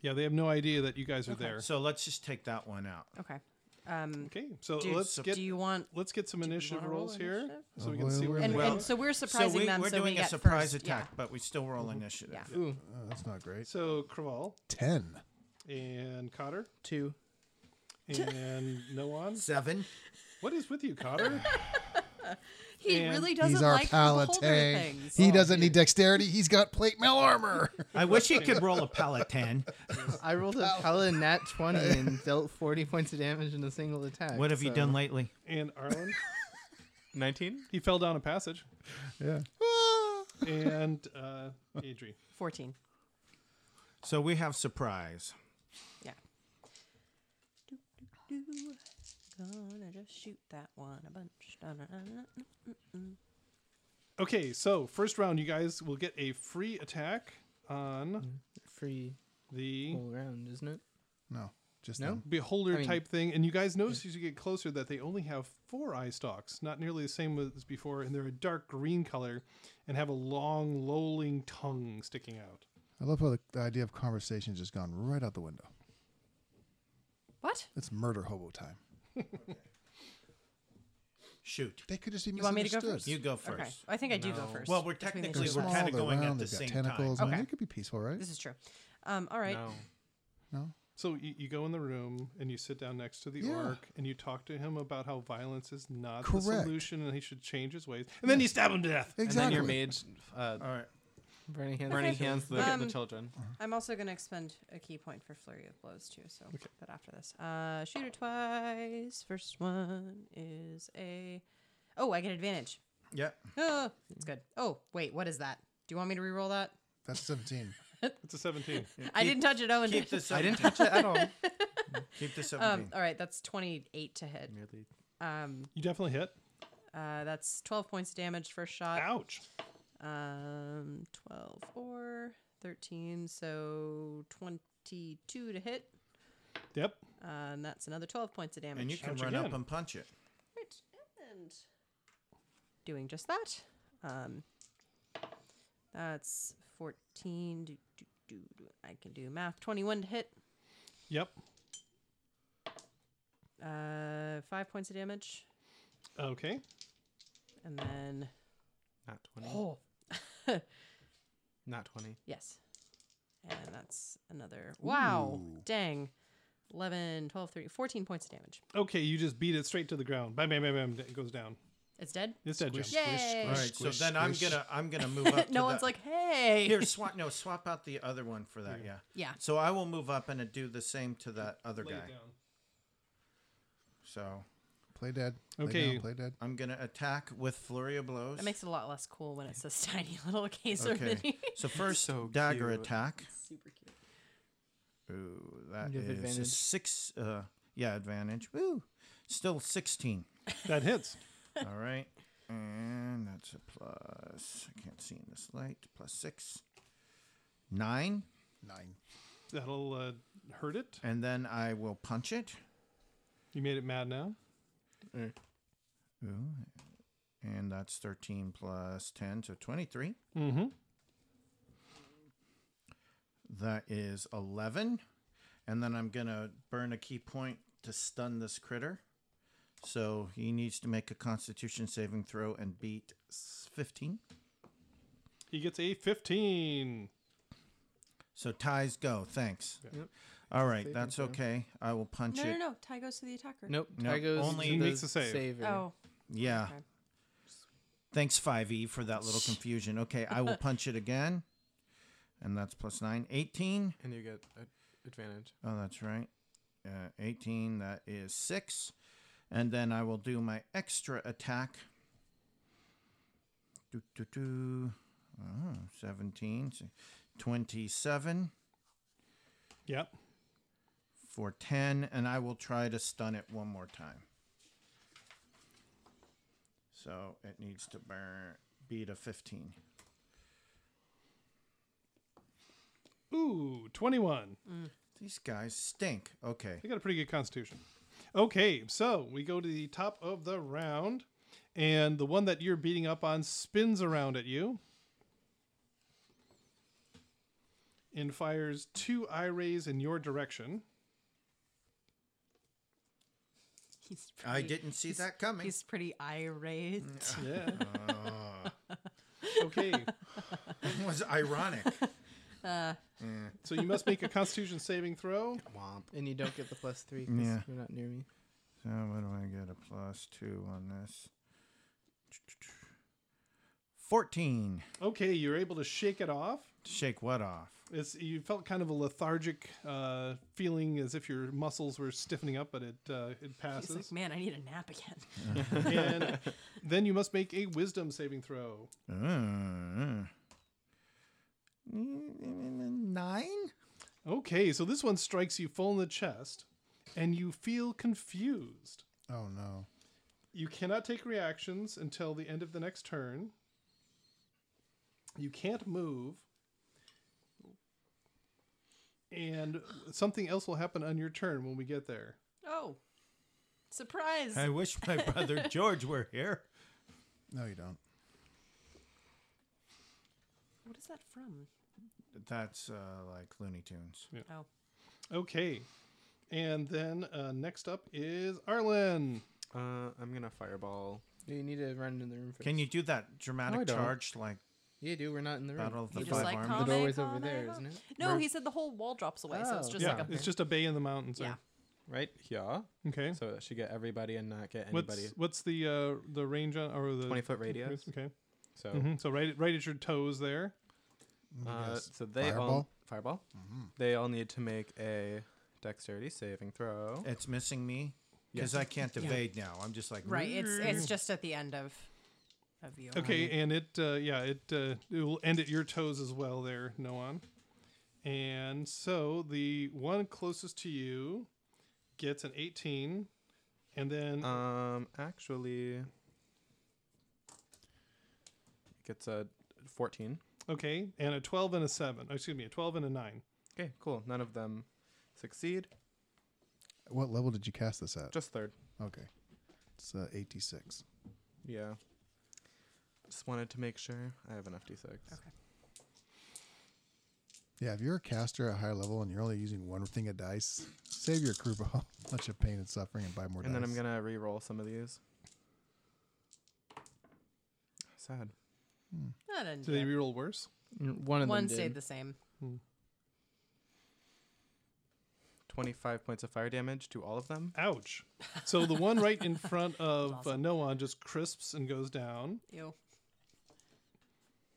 [SPEAKER 3] yeah, they have no idea that you guys are there.
[SPEAKER 2] so let's just take that one out.
[SPEAKER 4] Oh, Okay. Um.
[SPEAKER 3] Okay, so
[SPEAKER 4] Do,
[SPEAKER 3] let's get
[SPEAKER 4] do you want?
[SPEAKER 3] let's get some initiative
[SPEAKER 4] wanna roll
[SPEAKER 3] rolls here,
[SPEAKER 4] initiative?
[SPEAKER 3] so we
[SPEAKER 1] Oh,
[SPEAKER 3] can see
[SPEAKER 1] boy,
[SPEAKER 3] where
[SPEAKER 1] we're
[SPEAKER 4] And,
[SPEAKER 3] we
[SPEAKER 1] Well,
[SPEAKER 3] are.
[SPEAKER 4] and so we're
[SPEAKER 2] So
[SPEAKER 4] surprising
[SPEAKER 2] we,
[SPEAKER 4] them.
[SPEAKER 2] we're
[SPEAKER 4] so
[SPEAKER 2] doing
[SPEAKER 4] we
[SPEAKER 2] a
[SPEAKER 4] get
[SPEAKER 2] surprise
[SPEAKER 4] first.
[SPEAKER 2] attack,
[SPEAKER 4] Yeah.
[SPEAKER 2] but we still roll
[SPEAKER 3] Mm-hmm.
[SPEAKER 2] initiative.
[SPEAKER 4] Yeah.
[SPEAKER 5] Ooh,
[SPEAKER 1] Oh, that's not great.
[SPEAKER 3] So Craval
[SPEAKER 1] Ten.
[SPEAKER 3] and Cotter
[SPEAKER 5] two.
[SPEAKER 3] and Noan.
[SPEAKER 2] Seven.
[SPEAKER 3] What is with you, Cotter?
[SPEAKER 4] He
[SPEAKER 3] And
[SPEAKER 4] really
[SPEAKER 1] He's
[SPEAKER 4] doesn't
[SPEAKER 1] our
[SPEAKER 4] like the holder
[SPEAKER 1] palatine.
[SPEAKER 4] things. Oh,
[SPEAKER 1] He doesn't need dexterity. He's got plate mail armor.
[SPEAKER 2] I wish he could roll a pallet ten.
[SPEAKER 5] I rolled a hella nat twenty and dealt forty points of damage in a single attack.
[SPEAKER 2] What have you
[SPEAKER 5] so-
[SPEAKER 2] done lately?
[SPEAKER 3] and Arlen.
[SPEAKER 7] 19?
[SPEAKER 3] He fell down a passage.
[SPEAKER 1] yeah.
[SPEAKER 3] And uh, Adri.
[SPEAKER 4] Fourteen.
[SPEAKER 2] So we have surprise.
[SPEAKER 4] Yeah. Do, do, do. Gonna just shoot that one a bunch. Da-na-na-na.
[SPEAKER 3] Okay, so first round, you guys will get a free attack on
[SPEAKER 5] Free
[SPEAKER 3] the
[SPEAKER 1] Oh.
[SPEAKER 5] whole round, isn't it?
[SPEAKER 1] No. Just
[SPEAKER 5] No?
[SPEAKER 1] them.
[SPEAKER 3] beholder
[SPEAKER 5] I mean-
[SPEAKER 3] type thing, and you guys notice as you get closer that they only have four eye stalks, not nearly the same as before, and they're a dark green color, and have a long lolling tongue sticking out.
[SPEAKER 1] I love how the, the idea of conversation has just gone right out the window.
[SPEAKER 4] What?
[SPEAKER 1] It's murder hobo time.
[SPEAKER 2] Shoot.
[SPEAKER 1] They could just be
[SPEAKER 4] You want me to go
[SPEAKER 1] misunderstood.
[SPEAKER 4] first?
[SPEAKER 2] You go first.
[SPEAKER 4] Okay. I think I do go
[SPEAKER 7] No.
[SPEAKER 4] first.
[SPEAKER 2] Well, we're
[SPEAKER 4] between the
[SPEAKER 2] technically
[SPEAKER 4] two
[SPEAKER 1] They're
[SPEAKER 4] of
[SPEAKER 2] we're
[SPEAKER 4] us.
[SPEAKER 1] small,
[SPEAKER 2] kinda
[SPEAKER 1] they're
[SPEAKER 2] going at
[SPEAKER 1] round,
[SPEAKER 2] the
[SPEAKER 1] they've got
[SPEAKER 2] same
[SPEAKER 1] tentacles.
[SPEAKER 4] time.
[SPEAKER 1] I mean,
[SPEAKER 4] Okay.
[SPEAKER 1] It could be peaceful, right?
[SPEAKER 4] This is true. Um. All right.
[SPEAKER 7] No.
[SPEAKER 1] No.
[SPEAKER 3] So you, you go in the room and you sit down next to the
[SPEAKER 1] Yeah.
[SPEAKER 3] orc and you talk to him about how violence is not
[SPEAKER 1] Correct.
[SPEAKER 3] the solution and he should change his ways. And then you stab him to death.
[SPEAKER 1] Exactly.
[SPEAKER 7] And then your mage, uh,
[SPEAKER 2] All right.
[SPEAKER 5] Burning hands.
[SPEAKER 7] burning
[SPEAKER 5] Okay.
[SPEAKER 7] hands the,
[SPEAKER 4] Um,
[SPEAKER 7] the children.
[SPEAKER 4] I'm also going to expend a key point for flurry of blows too. So, but after this, uh, shoot it twice. First one is a. Oh, I get advantage.
[SPEAKER 2] Yeah.
[SPEAKER 4] Oh, it's good. Oh, wait, what is that? Do you want me to re-roll that?
[SPEAKER 1] That's 17.
[SPEAKER 3] It's a 17.
[SPEAKER 4] I didn't touch it. Owen
[SPEAKER 2] Keep
[SPEAKER 4] did.
[SPEAKER 2] the
[SPEAKER 7] I
[SPEAKER 2] seventeen.
[SPEAKER 7] didn't touch it at all.
[SPEAKER 2] Keep the
[SPEAKER 4] Um,
[SPEAKER 2] seventeen.
[SPEAKER 4] all right, that's 28 to hit. Um,
[SPEAKER 3] You definitely hit.
[SPEAKER 4] uh, that's 12 points of damage first shot.
[SPEAKER 3] Ouch.
[SPEAKER 4] Um, 12 or 13, so 22 to hit.
[SPEAKER 3] Yep.
[SPEAKER 4] Uh, and that's another 12 points of damage.
[SPEAKER 2] and you can
[SPEAKER 3] Ouch
[SPEAKER 2] run up
[SPEAKER 3] again.
[SPEAKER 2] and punch it.
[SPEAKER 4] Right, and doing just that. Um, that's 14. Do, do, do, do. I can do math. 21 to hit.
[SPEAKER 3] Yep.
[SPEAKER 4] Uh, five points of damage.
[SPEAKER 3] Okay.
[SPEAKER 4] And then.
[SPEAKER 7] Not 20.
[SPEAKER 4] Oh.
[SPEAKER 7] Not 20.
[SPEAKER 4] Yes. And that's another. Wow. Dang. 11, 12, 13, 14 points of damage.
[SPEAKER 3] Okay, you just beat it straight to the ground. Bam, bam, bam, bam. It goes down.
[SPEAKER 4] It's dead.
[SPEAKER 3] It's dead, Jim.
[SPEAKER 4] Yay.
[SPEAKER 2] All right.
[SPEAKER 1] Squish,
[SPEAKER 2] so then I'm
[SPEAKER 1] squish.
[SPEAKER 2] gonna I'm gonna move up. to
[SPEAKER 4] no one's
[SPEAKER 2] the-
[SPEAKER 4] like, hey.
[SPEAKER 2] here. Swap no. Swap out the other one for that. Yeah.
[SPEAKER 4] Yeah.
[SPEAKER 2] So I will move up and uh, do the same to that other
[SPEAKER 3] Lay it
[SPEAKER 2] guy.
[SPEAKER 3] down.
[SPEAKER 2] So
[SPEAKER 1] Play dead. Lay
[SPEAKER 3] Okay.
[SPEAKER 1] down, play dead.
[SPEAKER 2] I'm gonna attack with flurry of blows.
[SPEAKER 4] That makes it a lot less cool when it says tiny little case or
[SPEAKER 2] okay.
[SPEAKER 4] mini.
[SPEAKER 2] so first
[SPEAKER 7] So
[SPEAKER 2] dagger
[SPEAKER 7] cute.
[SPEAKER 2] attack.
[SPEAKER 4] Super cute.
[SPEAKER 2] Ooh, that
[SPEAKER 5] You
[SPEAKER 2] is
[SPEAKER 5] have
[SPEAKER 2] a
[SPEAKER 5] advantage.
[SPEAKER 2] six. Uh, yeah, advantage. Woo. Still sixteen.
[SPEAKER 3] That hits.
[SPEAKER 2] All right. And that's a plus. I can't see in this light. Plus six. Nine.
[SPEAKER 1] Nine.
[SPEAKER 3] That'll uh, hurt it.
[SPEAKER 2] And then I will punch it.
[SPEAKER 3] You made it mad now.
[SPEAKER 2] Ooh. And that's 13 plus 10, so 23.
[SPEAKER 3] Mm-hmm.
[SPEAKER 2] That is 11. And then I'm going to burn a key point to stun this critter. So he needs to make a constitution saving throw and beat s- 15.
[SPEAKER 3] He gets a 15.
[SPEAKER 2] So ties go. Thanks. All right. That's okay. I will punch
[SPEAKER 4] No,
[SPEAKER 2] it.
[SPEAKER 4] no, no. Ty goes to the attacker.
[SPEAKER 5] Nope.
[SPEAKER 2] No,
[SPEAKER 5] There goes
[SPEAKER 2] only-
[SPEAKER 5] to
[SPEAKER 2] He
[SPEAKER 3] makes
[SPEAKER 5] the
[SPEAKER 3] a save.
[SPEAKER 5] saver.
[SPEAKER 4] Oh,
[SPEAKER 2] Yeah.
[SPEAKER 4] Okay.
[SPEAKER 2] Thanks, 5e, for that little confusion. Okay, I will punch it again. And that's plus 9. 18.
[SPEAKER 7] and you get a advantage.
[SPEAKER 2] Oh, that's right. Uh, 18, that is 6. And then I will do my extra attack. Do, do, do. Oh, 17. so 27
[SPEAKER 3] Yep.
[SPEAKER 2] for 10. And I will try to stun it one more time. So it needs to burn, beat a 15.
[SPEAKER 3] Ooh, 21.
[SPEAKER 2] These guys stink. Okay.
[SPEAKER 3] They got a pretty good constitution. Okay, so we go to the top of the round, and the one that you're beating up on spins around at you and fires two eye rays in your direction.
[SPEAKER 4] he's pretty,
[SPEAKER 2] I didn't see
[SPEAKER 4] he's-
[SPEAKER 2] that coming.
[SPEAKER 4] He's pretty irate.
[SPEAKER 3] Yeah. okay,
[SPEAKER 2] Oh, It was ironic.
[SPEAKER 3] so you must make a constitution saving throw.
[SPEAKER 5] And you don't get the plus three 'cause
[SPEAKER 2] Yeah.
[SPEAKER 5] you're not near me.
[SPEAKER 2] so what do I get? A plus two on this. Fourteen.
[SPEAKER 3] Okay, you're able to shake it off.
[SPEAKER 2] Shake what off?
[SPEAKER 3] It's you felt kind of a lethargic uh, feeling as if your muscles were stiffening up, but it uh, it
[SPEAKER 4] He's
[SPEAKER 3] passes.
[SPEAKER 4] like, man, I need a nap again.
[SPEAKER 3] and then you must make a wisdom saving throw.
[SPEAKER 2] Uh, nine.
[SPEAKER 3] Okay, so this one strikes you full in the chest, and you feel confused.
[SPEAKER 1] Oh no.
[SPEAKER 3] You cannot take reactions until the end of the next turn. You can't move. And something else will happen on your turn when we get there.
[SPEAKER 4] Oh, surprise!
[SPEAKER 2] I wish my brother George were here.
[SPEAKER 1] No, you don't.
[SPEAKER 4] What is that from?
[SPEAKER 2] That's uh, like Looney Tunes.
[SPEAKER 4] Oh,
[SPEAKER 3] Okay. And then uh, next up is Arlen.
[SPEAKER 7] Uh, I'm gonna fireball.
[SPEAKER 5] You need to run in the room first.
[SPEAKER 2] Can you do that dramatic
[SPEAKER 5] I don't.
[SPEAKER 2] charge like
[SPEAKER 5] Yeah, dude, we're not in the room.
[SPEAKER 2] Battle of the
[SPEAKER 4] you
[SPEAKER 2] Five
[SPEAKER 4] just like
[SPEAKER 2] Arms?
[SPEAKER 5] The
[SPEAKER 4] Kame,
[SPEAKER 5] doorway's over
[SPEAKER 4] Kame,
[SPEAKER 5] there,
[SPEAKER 4] Kame.
[SPEAKER 5] isn't it?
[SPEAKER 4] No,
[SPEAKER 7] Where-
[SPEAKER 4] he said the whole wall drops away, so it's
[SPEAKER 5] Oh.
[SPEAKER 4] just
[SPEAKER 3] yeah,
[SPEAKER 4] like a
[SPEAKER 3] it's just a bay in the mountains.
[SPEAKER 4] yeah.
[SPEAKER 3] there.
[SPEAKER 7] Right here.
[SPEAKER 3] Okay.
[SPEAKER 7] So that should get everybody and not get
[SPEAKER 3] what's
[SPEAKER 7] anybody.
[SPEAKER 3] what's the uh, the range on or the
[SPEAKER 7] 20 foot radius.
[SPEAKER 3] Okay.
[SPEAKER 7] So
[SPEAKER 3] Mhm, So right right at your toes there.
[SPEAKER 7] uh,
[SPEAKER 1] Yes.
[SPEAKER 7] so they all
[SPEAKER 1] Fireball?
[SPEAKER 7] fireball. They all need to make a dexterity saving throw.
[SPEAKER 2] It's missing me because I can't evade now. I'm just like
[SPEAKER 4] Right. It's it's just at the end of of you.
[SPEAKER 3] Okay, and it uh, yeah it uh, it will end at your toes as well there, Noan. And so the one closest to you gets an 18, and then
[SPEAKER 7] Um, actually, gets a 14.
[SPEAKER 3] okay, and a 12 and a seven. oh, Excuse me, a 12 and a nine.
[SPEAKER 7] Okay, cool. None of them succeed.
[SPEAKER 1] What level did you cast this at?
[SPEAKER 7] Just third.
[SPEAKER 1] Okay. It's uh, 86.
[SPEAKER 7] Yeah. Just wanted to make sure I have enough d6.
[SPEAKER 1] Yeah, if you're a caster at a high level and you're only using one thing of dice, save your crew a whole bunch of pain and suffering and buy more
[SPEAKER 7] And
[SPEAKER 1] dice.
[SPEAKER 7] then I'm gonna re-roll some of these. Sad.
[SPEAKER 4] That ended
[SPEAKER 3] Do they
[SPEAKER 4] it.
[SPEAKER 3] reroll worse?
[SPEAKER 5] Mm, One of
[SPEAKER 4] One
[SPEAKER 5] them
[SPEAKER 4] stayed
[SPEAKER 5] did.
[SPEAKER 4] the same.
[SPEAKER 7] Twenty-five points of fire damage to all of them.
[SPEAKER 3] Ouch! So the one right in front of
[SPEAKER 4] awesome.
[SPEAKER 3] uh, Noan just crisps and goes down.
[SPEAKER 4] Ew.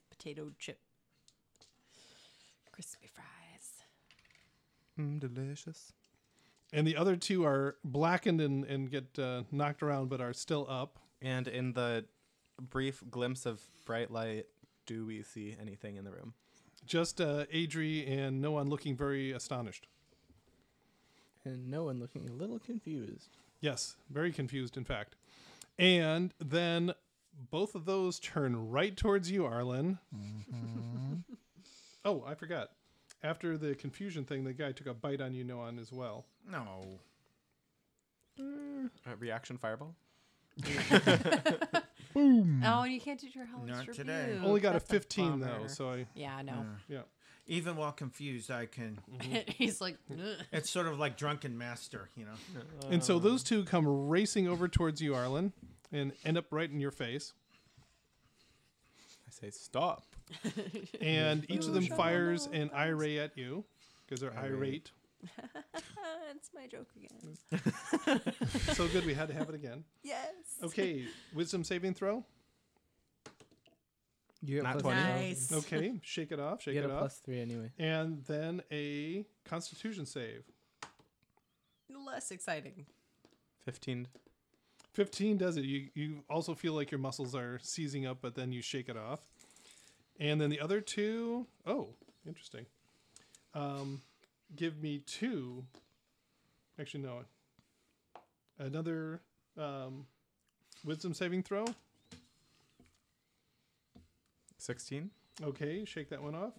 [SPEAKER 4] Potato chip. Crispy fries.
[SPEAKER 7] Mm, delicious.
[SPEAKER 3] and the other two are blackened and, and get uh, knocked around but are still up
[SPEAKER 7] And in the brief glimpse of bright light, do we see anything in the room?
[SPEAKER 3] just uh, adri and no one looking very astonished
[SPEAKER 5] And no one looking a little confused.
[SPEAKER 3] yes very confused in fact and then both of those turn right towards you arlen
[SPEAKER 4] Mm-hmm.
[SPEAKER 3] oh i forgot after the confusion thing the guy took a bite on you noan as well
[SPEAKER 2] no.
[SPEAKER 7] Uh, reaction fireball.
[SPEAKER 4] Oh, and you can't do your Halloween
[SPEAKER 2] Not
[SPEAKER 4] review.
[SPEAKER 2] today.
[SPEAKER 3] only got a
[SPEAKER 4] Oh, That's
[SPEAKER 3] 15
[SPEAKER 4] bummer.
[SPEAKER 3] though so i
[SPEAKER 4] Yeah, I know.
[SPEAKER 3] yeah
[SPEAKER 2] Even while confused, I can.
[SPEAKER 4] He's like, "Ugh."
[SPEAKER 2] It's sort of like drunken master, you know.
[SPEAKER 3] And so
[SPEAKER 5] Oh.
[SPEAKER 3] those two come racing over towards you, Arlen, and end up right in your face.
[SPEAKER 7] I say stop.
[SPEAKER 3] And each of them fires an irate at you because they're irate.
[SPEAKER 4] it's my joke again.
[SPEAKER 3] so good we had to have it again.
[SPEAKER 4] Yes.
[SPEAKER 3] Okay, wisdom saving throw.
[SPEAKER 5] You
[SPEAKER 7] Not
[SPEAKER 5] get plus
[SPEAKER 7] twenty.
[SPEAKER 5] zero.
[SPEAKER 4] Nice.
[SPEAKER 3] Okay, shake it off,
[SPEAKER 5] You
[SPEAKER 3] shake
[SPEAKER 5] get
[SPEAKER 3] it
[SPEAKER 5] a
[SPEAKER 3] off.
[SPEAKER 5] plus three anyway.
[SPEAKER 3] And then a constitution save.
[SPEAKER 4] Less exciting.
[SPEAKER 7] 15.
[SPEAKER 3] 15 does it. You you also feel like your muscles are seizing up, but then you shake it off. And then the other two, oh, interesting. Um, give me two. Actually, no. Another um, wisdom saving throw.
[SPEAKER 7] 16.
[SPEAKER 3] Okay, shake that one off.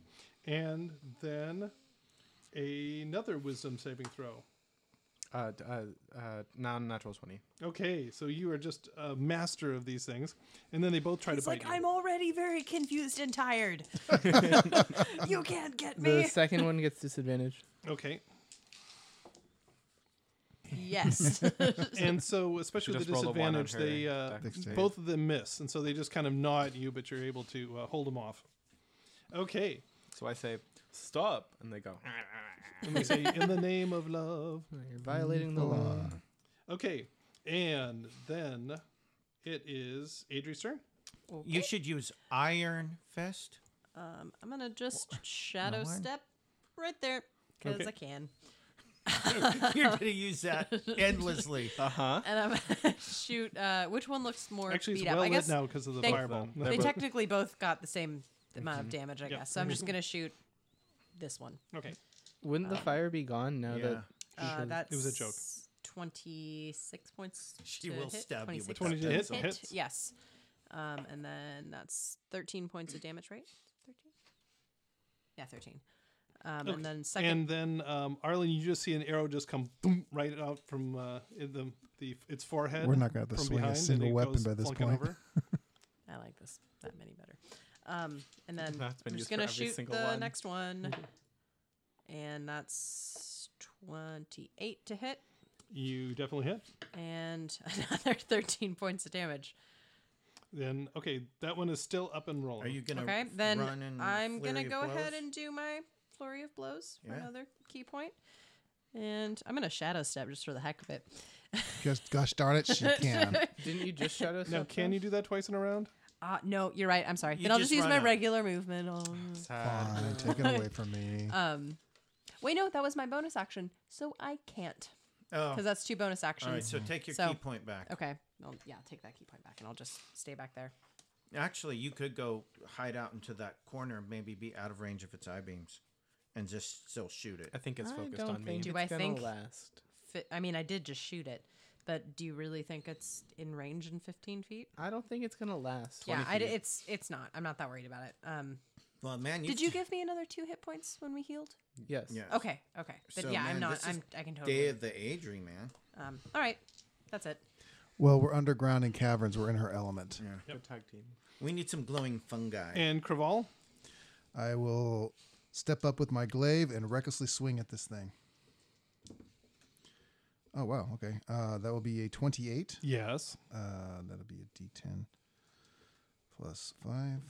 [SPEAKER 3] And then another wisdom saving throw.
[SPEAKER 7] Uh, d- uh, uh, non natural 20.
[SPEAKER 3] Okay, so you are just a master of these things. And then they both try
[SPEAKER 4] It's
[SPEAKER 3] to bite
[SPEAKER 4] like,
[SPEAKER 3] you.
[SPEAKER 4] I'm already very confused and tired. you can't get
[SPEAKER 5] The
[SPEAKER 4] me.
[SPEAKER 5] second one gets disadvantage.
[SPEAKER 3] okay.
[SPEAKER 4] Yes.
[SPEAKER 3] and so especially with
[SPEAKER 7] Just
[SPEAKER 3] the
[SPEAKER 7] roll a one on
[SPEAKER 3] disadvantage they
[SPEAKER 7] her
[SPEAKER 3] uh,
[SPEAKER 1] dex save.
[SPEAKER 3] both of them miss and so they just kind of gnaw at you but you're able to uh, hold them off okay
[SPEAKER 7] So I say stop, and they go.
[SPEAKER 3] and they say in the name of love
[SPEAKER 5] You're violating the law.
[SPEAKER 3] okay and then it is adri's turn
[SPEAKER 2] You should use iron fist.
[SPEAKER 4] um, I'm going to just shadow step right there because
[SPEAKER 3] Okay.
[SPEAKER 4] I can.
[SPEAKER 2] You're gonna use that endlessly.
[SPEAKER 7] Uh huh.
[SPEAKER 4] And I'm going to shoot. Uh, which one looks more
[SPEAKER 3] actually
[SPEAKER 4] beat
[SPEAKER 3] it's
[SPEAKER 4] up?
[SPEAKER 3] well
[SPEAKER 4] I
[SPEAKER 3] lit
[SPEAKER 4] guess
[SPEAKER 3] now because of the
[SPEAKER 4] they-
[SPEAKER 3] fireball
[SPEAKER 4] they technically both got the same amount
[SPEAKER 2] Mm-hmm.
[SPEAKER 4] of damage, I
[SPEAKER 3] Yep.
[SPEAKER 4] guess. So I'm just going to shoot this one.
[SPEAKER 3] okay
[SPEAKER 5] Wouldn't the fire be gone now
[SPEAKER 2] Yeah.
[SPEAKER 5] that
[SPEAKER 4] Uh, that's
[SPEAKER 3] It was a joke.
[SPEAKER 4] 26 points.
[SPEAKER 2] She
[SPEAKER 4] to
[SPEAKER 2] will
[SPEAKER 4] hit,
[SPEAKER 2] stab you with that
[SPEAKER 4] 26
[SPEAKER 3] 20 to hit, hits.
[SPEAKER 4] Yes. Um, and then that's 13 points of damage, right? 13? Yeah, 13. Um,
[SPEAKER 3] Okay.
[SPEAKER 4] And then second.
[SPEAKER 3] and then um, arlen you just see an arrow just come boom right out from uh, in the, the its forehead
[SPEAKER 1] We're not gonna have to
[SPEAKER 3] from
[SPEAKER 1] swing a
[SPEAKER 3] behind, and
[SPEAKER 1] single
[SPEAKER 3] it
[SPEAKER 1] weapon
[SPEAKER 3] goes
[SPEAKER 1] by this
[SPEAKER 3] flunking
[SPEAKER 1] point.
[SPEAKER 3] over.
[SPEAKER 4] I like this that many better. Um, and then
[SPEAKER 7] That's been
[SPEAKER 4] I'm
[SPEAKER 7] used
[SPEAKER 4] just
[SPEAKER 7] for
[SPEAKER 4] going to
[SPEAKER 7] every
[SPEAKER 4] shoot the
[SPEAKER 7] single one.
[SPEAKER 4] next one. And that's 28 to hit
[SPEAKER 3] you definitely hit
[SPEAKER 4] and another 13 points of damage.
[SPEAKER 3] then okay that one is still up and rolling
[SPEAKER 2] Are you gonna
[SPEAKER 4] Okay, then
[SPEAKER 2] run and
[SPEAKER 4] I'm gonna
[SPEAKER 2] Hmm, flurry of
[SPEAKER 4] go ahead
[SPEAKER 2] blows?
[SPEAKER 4] and do my flurry of blows, my
[SPEAKER 2] Yeah.
[SPEAKER 4] other key point, and I'm gonna shadow step just for the heck of it.
[SPEAKER 1] Just gosh darn it, she can.
[SPEAKER 5] didn't you just shadow
[SPEAKER 3] now can you do that twice in a round
[SPEAKER 4] Uh, no, you're right. I'm sorry.
[SPEAKER 2] You
[SPEAKER 4] then I'll
[SPEAKER 2] just
[SPEAKER 4] just use
[SPEAKER 2] run
[SPEAKER 4] my
[SPEAKER 2] up.
[SPEAKER 4] regular movement. Oh.
[SPEAKER 1] Fine, take it away from me.
[SPEAKER 4] Um, wait, no, that was my bonus action, so I can't
[SPEAKER 2] Oh,
[SPEAKER 4] because that's two bonus
[SPEAKER 2] all right.
[SPEAKER 4] actions.
[SPEAKER 2] So take your
[SPEAKER 4] So-
[SPEAKER 2] key point back.
[SPEAKER 4] Okay, well, yeah, take that key point back, and I'll just stay back there.
[SPEAKER 2] Actually, you could go hide out into that corner, maybe be out of range of its eye beams, and just still shoot it.
[SPEAKER 7] I think it's focused
[SPEAKER 5] don't
[SPEAKER 7] on me.
[SPEAKER 5] think
[SPEAKER 4] Do
[SPEAKER 5] it's
[SPEAKER 4] I
[SPEAKER 5] gonna
[SPEAKER 4] think-
[SPEAKER 5] last.
[SPEAKER 4] Fi I mean, I did just shoot it, but do you really think it's in range in 15 feet?
[SPEAKER 5] I don't think it's gonna last.
[SPEAKER 4] Yeah, I d
[SPEAKER 7] feet.
[SPEAKER 4] it's it's not. I'm not that worried about it. Um,
[SPEAKER 2] Well, man, you
[SPEAKER 4] did you give me another two hit points when we healed?
[SPEAKER 5] Yes.
[SPEAKER 2] Yeah.
[SPEAKER 4] Okay, okay. But
[SPEAKER 2] So,
[SPEAKER 4] yeah,
[SPEAKER 2] man,
[SPEAKER 4] I'm not.
[SPEAKER 2] this is
[SPEAKER 4] I'm. I can totally.
[SPEAKER 2] Day of the Adri, man.
[SPEAKER 4] Um. All right, that's it.
[SPEAKER 1] Well, we're underground in caverns. We're in her element.
[SPEAKER 7] Good tag team.
[SPEAKER 2] We need some glowing fungi.
[SPEAKER 3] and craval
[SPEAKER 1] I will step up with my glaive and recklessly swing at this thing. Oh wow, okay. Uh, that will be a twenty-eight.
[SPEAKER 3] Yes.
[SPEAKER 1] Uh, that'll be a D10 plus five.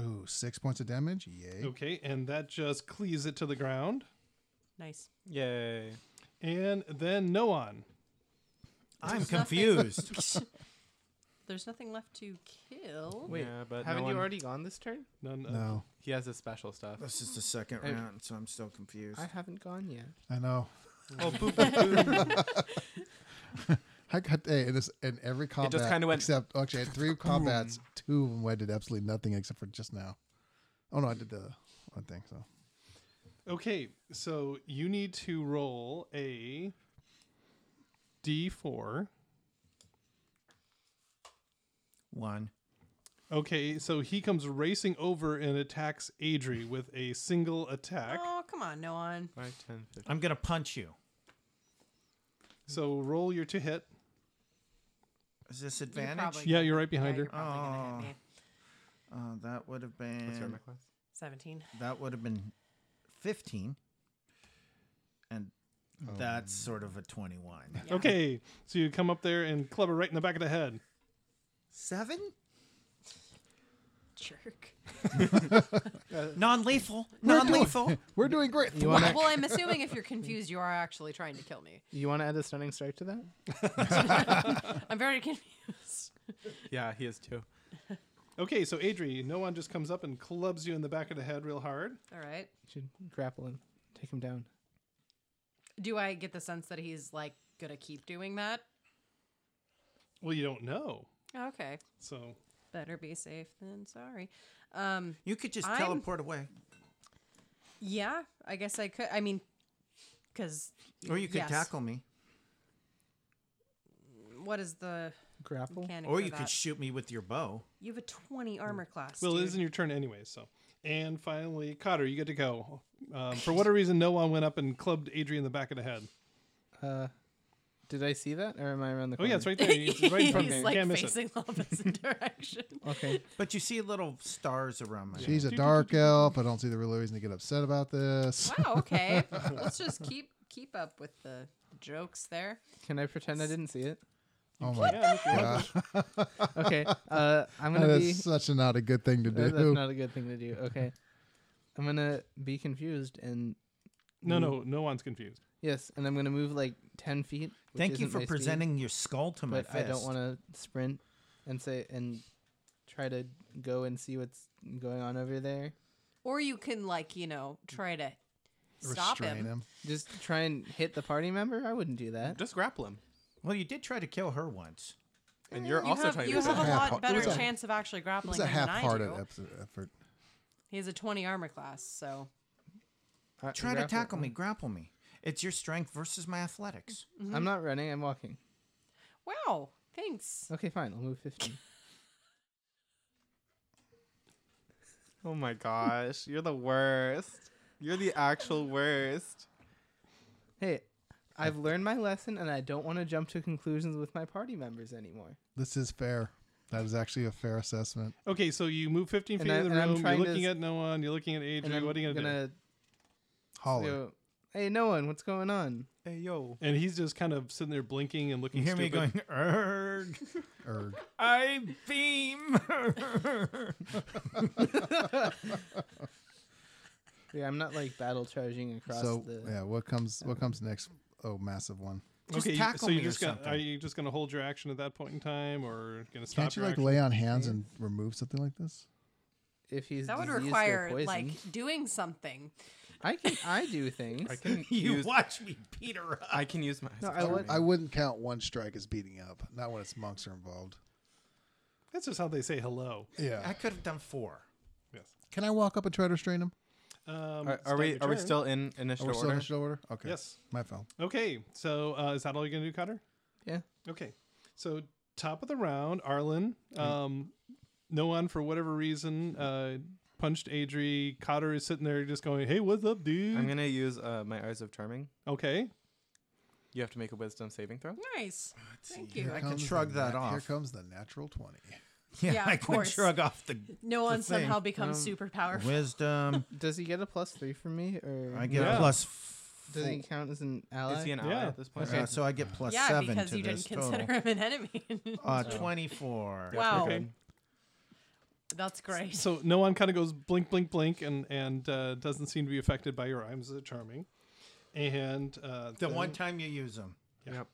[SPEAKER 1] Ooh, six points of damage. Yay!
[SPEAKER 3] Okay, and that just cleaves it to the ground.
[SPEAKER 4] Nice.
[SPEAKER 7] Yay.
[SPEAKER 3] And then no one.
[SPEAKER 2] I'm
[SPEAKER 4] nothing-
[SPEAKER 2] confused.
[SPEAKER 4] There's nothing left to kill.
[SPEAKER 5] Wait,
[SPEAKER 7] Yeah, but no
[SPEAKER 5] haven't
[SPEAKER 7] one-
[SPEAKER 5] you already gone this turn?
[SPEAKER 3] None. uh, of-
[SPEAKER 1] No,
[SPEAKER 7] He has his special stuff.
[SPEAKER 2] this is the second
[SPEAKER 5] I-
[SPEAKER 2] round, so I'm still confused.
[SPEAKER 5] I haven't gone yet.
[SPEAKER 1] I know.
[SPEAKER 7] Oh, boop, boop, boop.
[SPEAKER 1] I got hey, in this in every combat
[SPEAKER 7] kinda went
[SPEAKER 1] except oh, actually I had three combats, two of them where I did absolutely nothing except for just now. Oh no, I did the one thing. So
[SPEAKER 3] Okay, so you need to roll a d4.
[SPEAKER 2] One.
[SPEAKER 3] Okay, so he comes racing over and attacks Adri with a single attack.
[SPEAKER 4] Oh come on, no one.
[SPEAKER 7] 5, 10, 15.
[SPEAKER 2] I'm gonna punch you.
[SPEAKER 3] So roll your to hit.
[SPEAKER 2] Is this
[SPEAKER 4] You
[SPEAKER 2] advantage?
[SPEAKER 4] probably-
[SPEAKER 3] Yeah, you're right behind
[SPEAKER 4] yeah,
[SPEAKER 3] her.
[SPEAKER 4] you're probably gonna hit
[SPEAKER 2] Oh.
[SPEAKER 4] me.
[SPEAKER 2] Uh, that would have
[SPEAKER 7] What's your
[SPEAKER 2] been
[SPEAKER 7] armor class?
[SPEAKER 4] Seventeen.
[SPEAKER 2] that would have been 15. And that's sort of a 21.
[SPEAKER 3] Okay, so you come up there and club her right in the back of the head.
[SPEAKER 2] Seven?
[SPEAKER 4] Jerk.
[SPEAKER 2] Non lethal. Non lethal.
[SPEAKER 1] We're doing great.
[SPEAKER 5] You want to
[SPEAKER 4] Well, I'm assuming if you're confused, you are actually trying to kill me.
[SPEAKER 5] you want to add a stunning strike to that?
[SPEAKER 4] I'm very confused.
[SPEAKER 7] Yeah, he is too.
[SPEAKER 3] Okay, so Adri, no one just comes up and clubs you in the back of the head real hard.
[SPEAKER 4] All right.
[SPEAKER 5] You should grapple him, take him down.
[SPEAKER 4] Do I get the sense that he's like gonna keep doing that?
[SPEAKER 3] Well, you don't know.
[SPEAKER 4] Okay.
[SPEAKER 3] So
[SPEAKER 4] Better be safe than sorry. Um,
[SPEAKER 2] You could just
[SPEAKER 4] I'm-
[SPEAKER 2] teleport away.
[SPEAKER 4] yeah, I guess I could. I mean, because
[SPEAKER 2] Or you could tackle me.
[SPEAKER 4] What is the
[SPEAKER 5] Grapple.
[SPEAKER 4] mechanic?
[SPEAKER 2] Or
[SPEAKER 4] for
[SPEAKER 2] you
[SPEAKER 4] that?
[SPEAKER 2] could shoot me with your bow.
[SPEAKER 4] You have a 20 armor class.
[SPEAKER 3] Well, it
[SPEAKER 4] dude.
[SPEAKER 3] isn't your turn anyway, so. And finally, Cotter, you get to go. Um, for whatever reason, no one went up and clubbed Adrian in the back of the head.
[SPEAKER 5] Uh, did I see that, or am I around the?
[SPEAKER 3] Oh, yeah,
[SPEAKER 5] corner?
[SPEAKER 3] it's right there. It's right in front of you.
[SPEAKER 4] He's
[SPEAKER 3] You
[SPEAKER 4] like
[SPEAKER 3] Can't miss it.
[SPEAKER 4] facing the opposite direction.
[SPEAKER 5] Okay,
[SPEAKER 2] But you see little stars around my
[SPEAKER 1] She's a dark elf. I don't see the real reason to get upset about this.
[SPEAKER 4] Wow. Okay. Let's just keep keep up with the jokes there.
[SPEAKER 5] can I pretend I didn't see it?
[SPEAKER 1] Oh my
[SPEAKER 3] Yeah, look, you're
[SPEAKER 1] god,
[SPEAKER 5] Okay, uh, I'm
[SPEAKER 1] that
[SPEAKER 5] gonna be.
[SPEAKER 1] is such a not a good thing to
[SPEAKER 5] Uh, that's
[SPEAKER 1] do.
[SPEAKER 5] not a good thing to do. Okay, I'm gonna be confused and
[SPEAKER 3] No, no, no one's confused.
[SPEAKER 5] yes, and I'm gonna move like ten feet. which
[SPEAKER 2] Thank you
[SPEAKER 5] isn't
[SPEAKER 2] for
[SPEAKER 5] my speed,
[SPEAKER 2] presenting your skull to my
[SPEAKER 5] but I don't
[SPEAKER 2] fist.
[SPEAKER 5] want to sprint and say and try to go and see what's going on over there.
[SPEAKER 4] Or you can like you know try to stop
[SPEAKER 1] Restrain
[SPEAKER 4] him.
[SPEAKER 5] Just try and hit the party member. I wouldn't do that.
[SPEAKER 7] Just grapple him.
[SPEAKER 2] Well, you did try to kill her once.
[SPEAKER 7] And you're
[SPEAKER 4] You
[SPEAKER 7] also
[SPEAKER 4] have,
[SPEAKER 7] trying
[SPEAKER 4] you
[SPEAKER 7] to
[SPEAKER 4] have a
[SPEAKER 7] grapple
[SPEAKER 1] half-
[SPEAKER 4] lot
[SPEAKER 1] it
[SPEAKER 4] better
[SPEAKER 1] was a-
[SPEAKER 4] chance of actually
[SPEAKER 1] It
[SPEAKER 4] grappling
[SPEAKER 1] was a
[SPEAKER 4] him than I
[SPEAKER 1] half-hearted
[SPEAKER 4] do.
[SPEAKER 1] epso- effort.
[SPEAKER 4] He has a 20 armor class, so
[SPEAKER 5] I-
[SPEAKER 2] Try to
[SPEAKER 5] grapple-
[SPEAKER 2] tackle me, grapple me. It's your strength versus my athletics.
[SPEAKER 5] I'm not running. I'm walking.
[SPEAKER 4] wow. Thanks.
[SPEAKER 5] Okay, fine. I'll move 15.
[SPEAKER 7] Oh my gosh, you're the worst. You're the actual worst.
[SPEAKER 5] hey, I've learned my lesson, and I don't want to jump to conclusions with my party members anymore.
[SPEAKER 1] This is fair. That is actually a fair assessment.
[SPEAKER 3] Okay, so you move 15
[SPEAKER 5] And
[SPEAKER 3] feet
[SPEAKER 5] I-
[SPEAKER 3] in the
[SPEAKER 5] and I'm
[SPEAKER 3] room. You're
[SPEAKER 5] trying to
[SPEAKER 3] looking
[SPEAKER 5] s-
[SPEAKER 3] at no one. You're looking at
[SPEAKER 5] And
[SPEAKER 3] Adrian.
[SPEAKER 5] I'm
[SPEAKER 3] What are you going to do?
[SPEAKER 5] gonna
[SPEAKER 1] Holler.
[SPEAKER 5] go, Hey, no one. What's going on?
[SPEAKER 7] Hey yo.
[SPEAKER 3] And he's just kind of sitting there blinking and looking
[SPEAKER 2] You hear
[SPEAKER 3] Mm. stupid.
[SPEAKER 2] me going, erg,
[SPEAKER 1] Erg.
[SPEAKER 2] I beam.
[SPEAKER 5] Yeah, I'm not like battle charging
[SPEAKER 2] uh,
[SPEAKER 5] across
[SPEAKER 1] So
[SPEAKER 5] the.
[SPEAKER 1] yeah, what comes what comes next? Oh, massive one.
[SPEAKER 2] Just
[SPEAKER 3] okay, you-
[SPEAKER 2] tackle
[SPEAKER 3] so
[SPEAKER 2] me
[SPEAKER 3] you're
[SPEAKER 2] or
[SPEAKER 3] just gonna,
[SPEAKER 2] something.
[SPEAKER 3] are you just going to hold your action at that point in time or going to stop
[SPEAKER 1] Can't you
[SPEAKER 3] your
[SPEAKER 1] like
[SPEAKER 3] action?
[SPEAKER 1] lay on hands and remove something like this?
[SPEAKER 5] If he's
[SPEAKER 4] That would
[SPEAKER 5] diseased or
[SPEAKER 4] require
[SPEAKER 5] poisoned.
[SPEAKER 4] like doing something.
[SPEAKER 5] I can I do things.
[SPEAKER 7] I can
[SPEAKER 2] you
[SPEAKER 7] use
[SPEAKER 2] watch me beat her up.
[SPEAKER 7] I can use my
[SPEAKER 5] No, I
[SPEAKER 7] Oh,
[SPEAKER 5] would-
[SPEAKER 1] I wouldn't count one strike as beating up. Not when it's monks are involved.
[SPEAKER 3] That's just how they say hello.
[SPEAKER 1] Yeah.
[SPEAKER 2] I could have done four.
[SPEAKER 3] Yes.
[SPEAKER 1] Can I walk up and try to restrain him?
[SPEAKER 3] Um,
[SPEAKER 7] Are,
[SPEAKER 3] it's
[SPEAKER 7] are
[SPEAKER 3] not
[SPEAKER 7] we
[SPEAKER 3] your
[SPEAKER 7] are we
[SPEAKER 3] turn.
[SPEAKER 7] still in
[SPEAKER 1] Oh,
[SPEAKER 7] initial
[SPEAKER 1] we're still in
[SPEAKER 7] order?
[SPEAKER 1] initial order? Okay.
[SPEAKER 3] Yes.
[SPEAKER 1] My fault.
[SPEAKER 3] Okay, so uh, is that all you're going to do, Cotter?
[SPEAKER 5] yeah.
[SPEAKER 3] Okay. So top of the round, Arlen.
[SPEAKER 7] Mm.
[SPEAKER 3] Um, no one for whatever reason uh, punched Adri. Cotter is sitting there just going, "Hey, what's up, dude?"
[SPEAKER 7] I'm gonna use uh, my eyes of charming.
[SPEAKER 3] okay.
[SPEAKER 7] You have to make a wisdom saving throw.
[SPEAKER 4] Nice. Thank you.
[SPEAKER 1] Here
[SPEAKER 2] I can
[SPEAKER 1] comes the
[SPEAKER 2] shrug that
[SPEAKER 1] nat- Here
[SPEAKER 2] off.
[SPEAKER 1] comes the natural twenty.
[SPEAKER 2] Yeah,
[SPEAKER 4] Yeah,
[SPEAKER 2] I
[SPEAKER 4] of
[SPEAKER 2] could
[SPEAKER 4] course.
[SPEAKER 2] shrug off the
[SPEAKER 4] No one
[SPEAKER 2] thing.
[SPEAKER 4] somehow becomes super powerful.
[SPEAKER 2] wisdom.
[SPEAKER 5] Does he get a plus three from me, or
[SPEAKER 2] I get
[SPEAKER 3] Yeah.
[SPEAKER 2] a plus. F-
[SPEAKER 5] does he count as an ally?
[SPEAKER 7] Is he an ally
[SPEAKER 3] Yeah.
[SPEAKER 7] at this point?
[SPEAKER 2] uh, so I get plus
[SPEAKER 4] Yeah,
[SPEAKER 2] seven
[SPEAKER 4] because
[SPEAKER 2] to
[SPEAKER 4] you
[SPEAKER 2] this
[SPEAKER 4] didn't consider
[SPEAKER 2] total.
[SPEAKER 4] him an enemy.
[SPEAKER 2] Uh, Twenty-four.
[SPEAKER 4] wow.
[SPEAKER 3] Okay.
[SPEAKER 4] That's great.
[SPEAKER 3] So no one kind of goes blink, blink, blink, and and uh, doesn't seem to be affected by your arms of charming. And uh,
[SPEAKER 2] The
[SPEAKER 3] then-
[SPEAKER 2] one time you use them.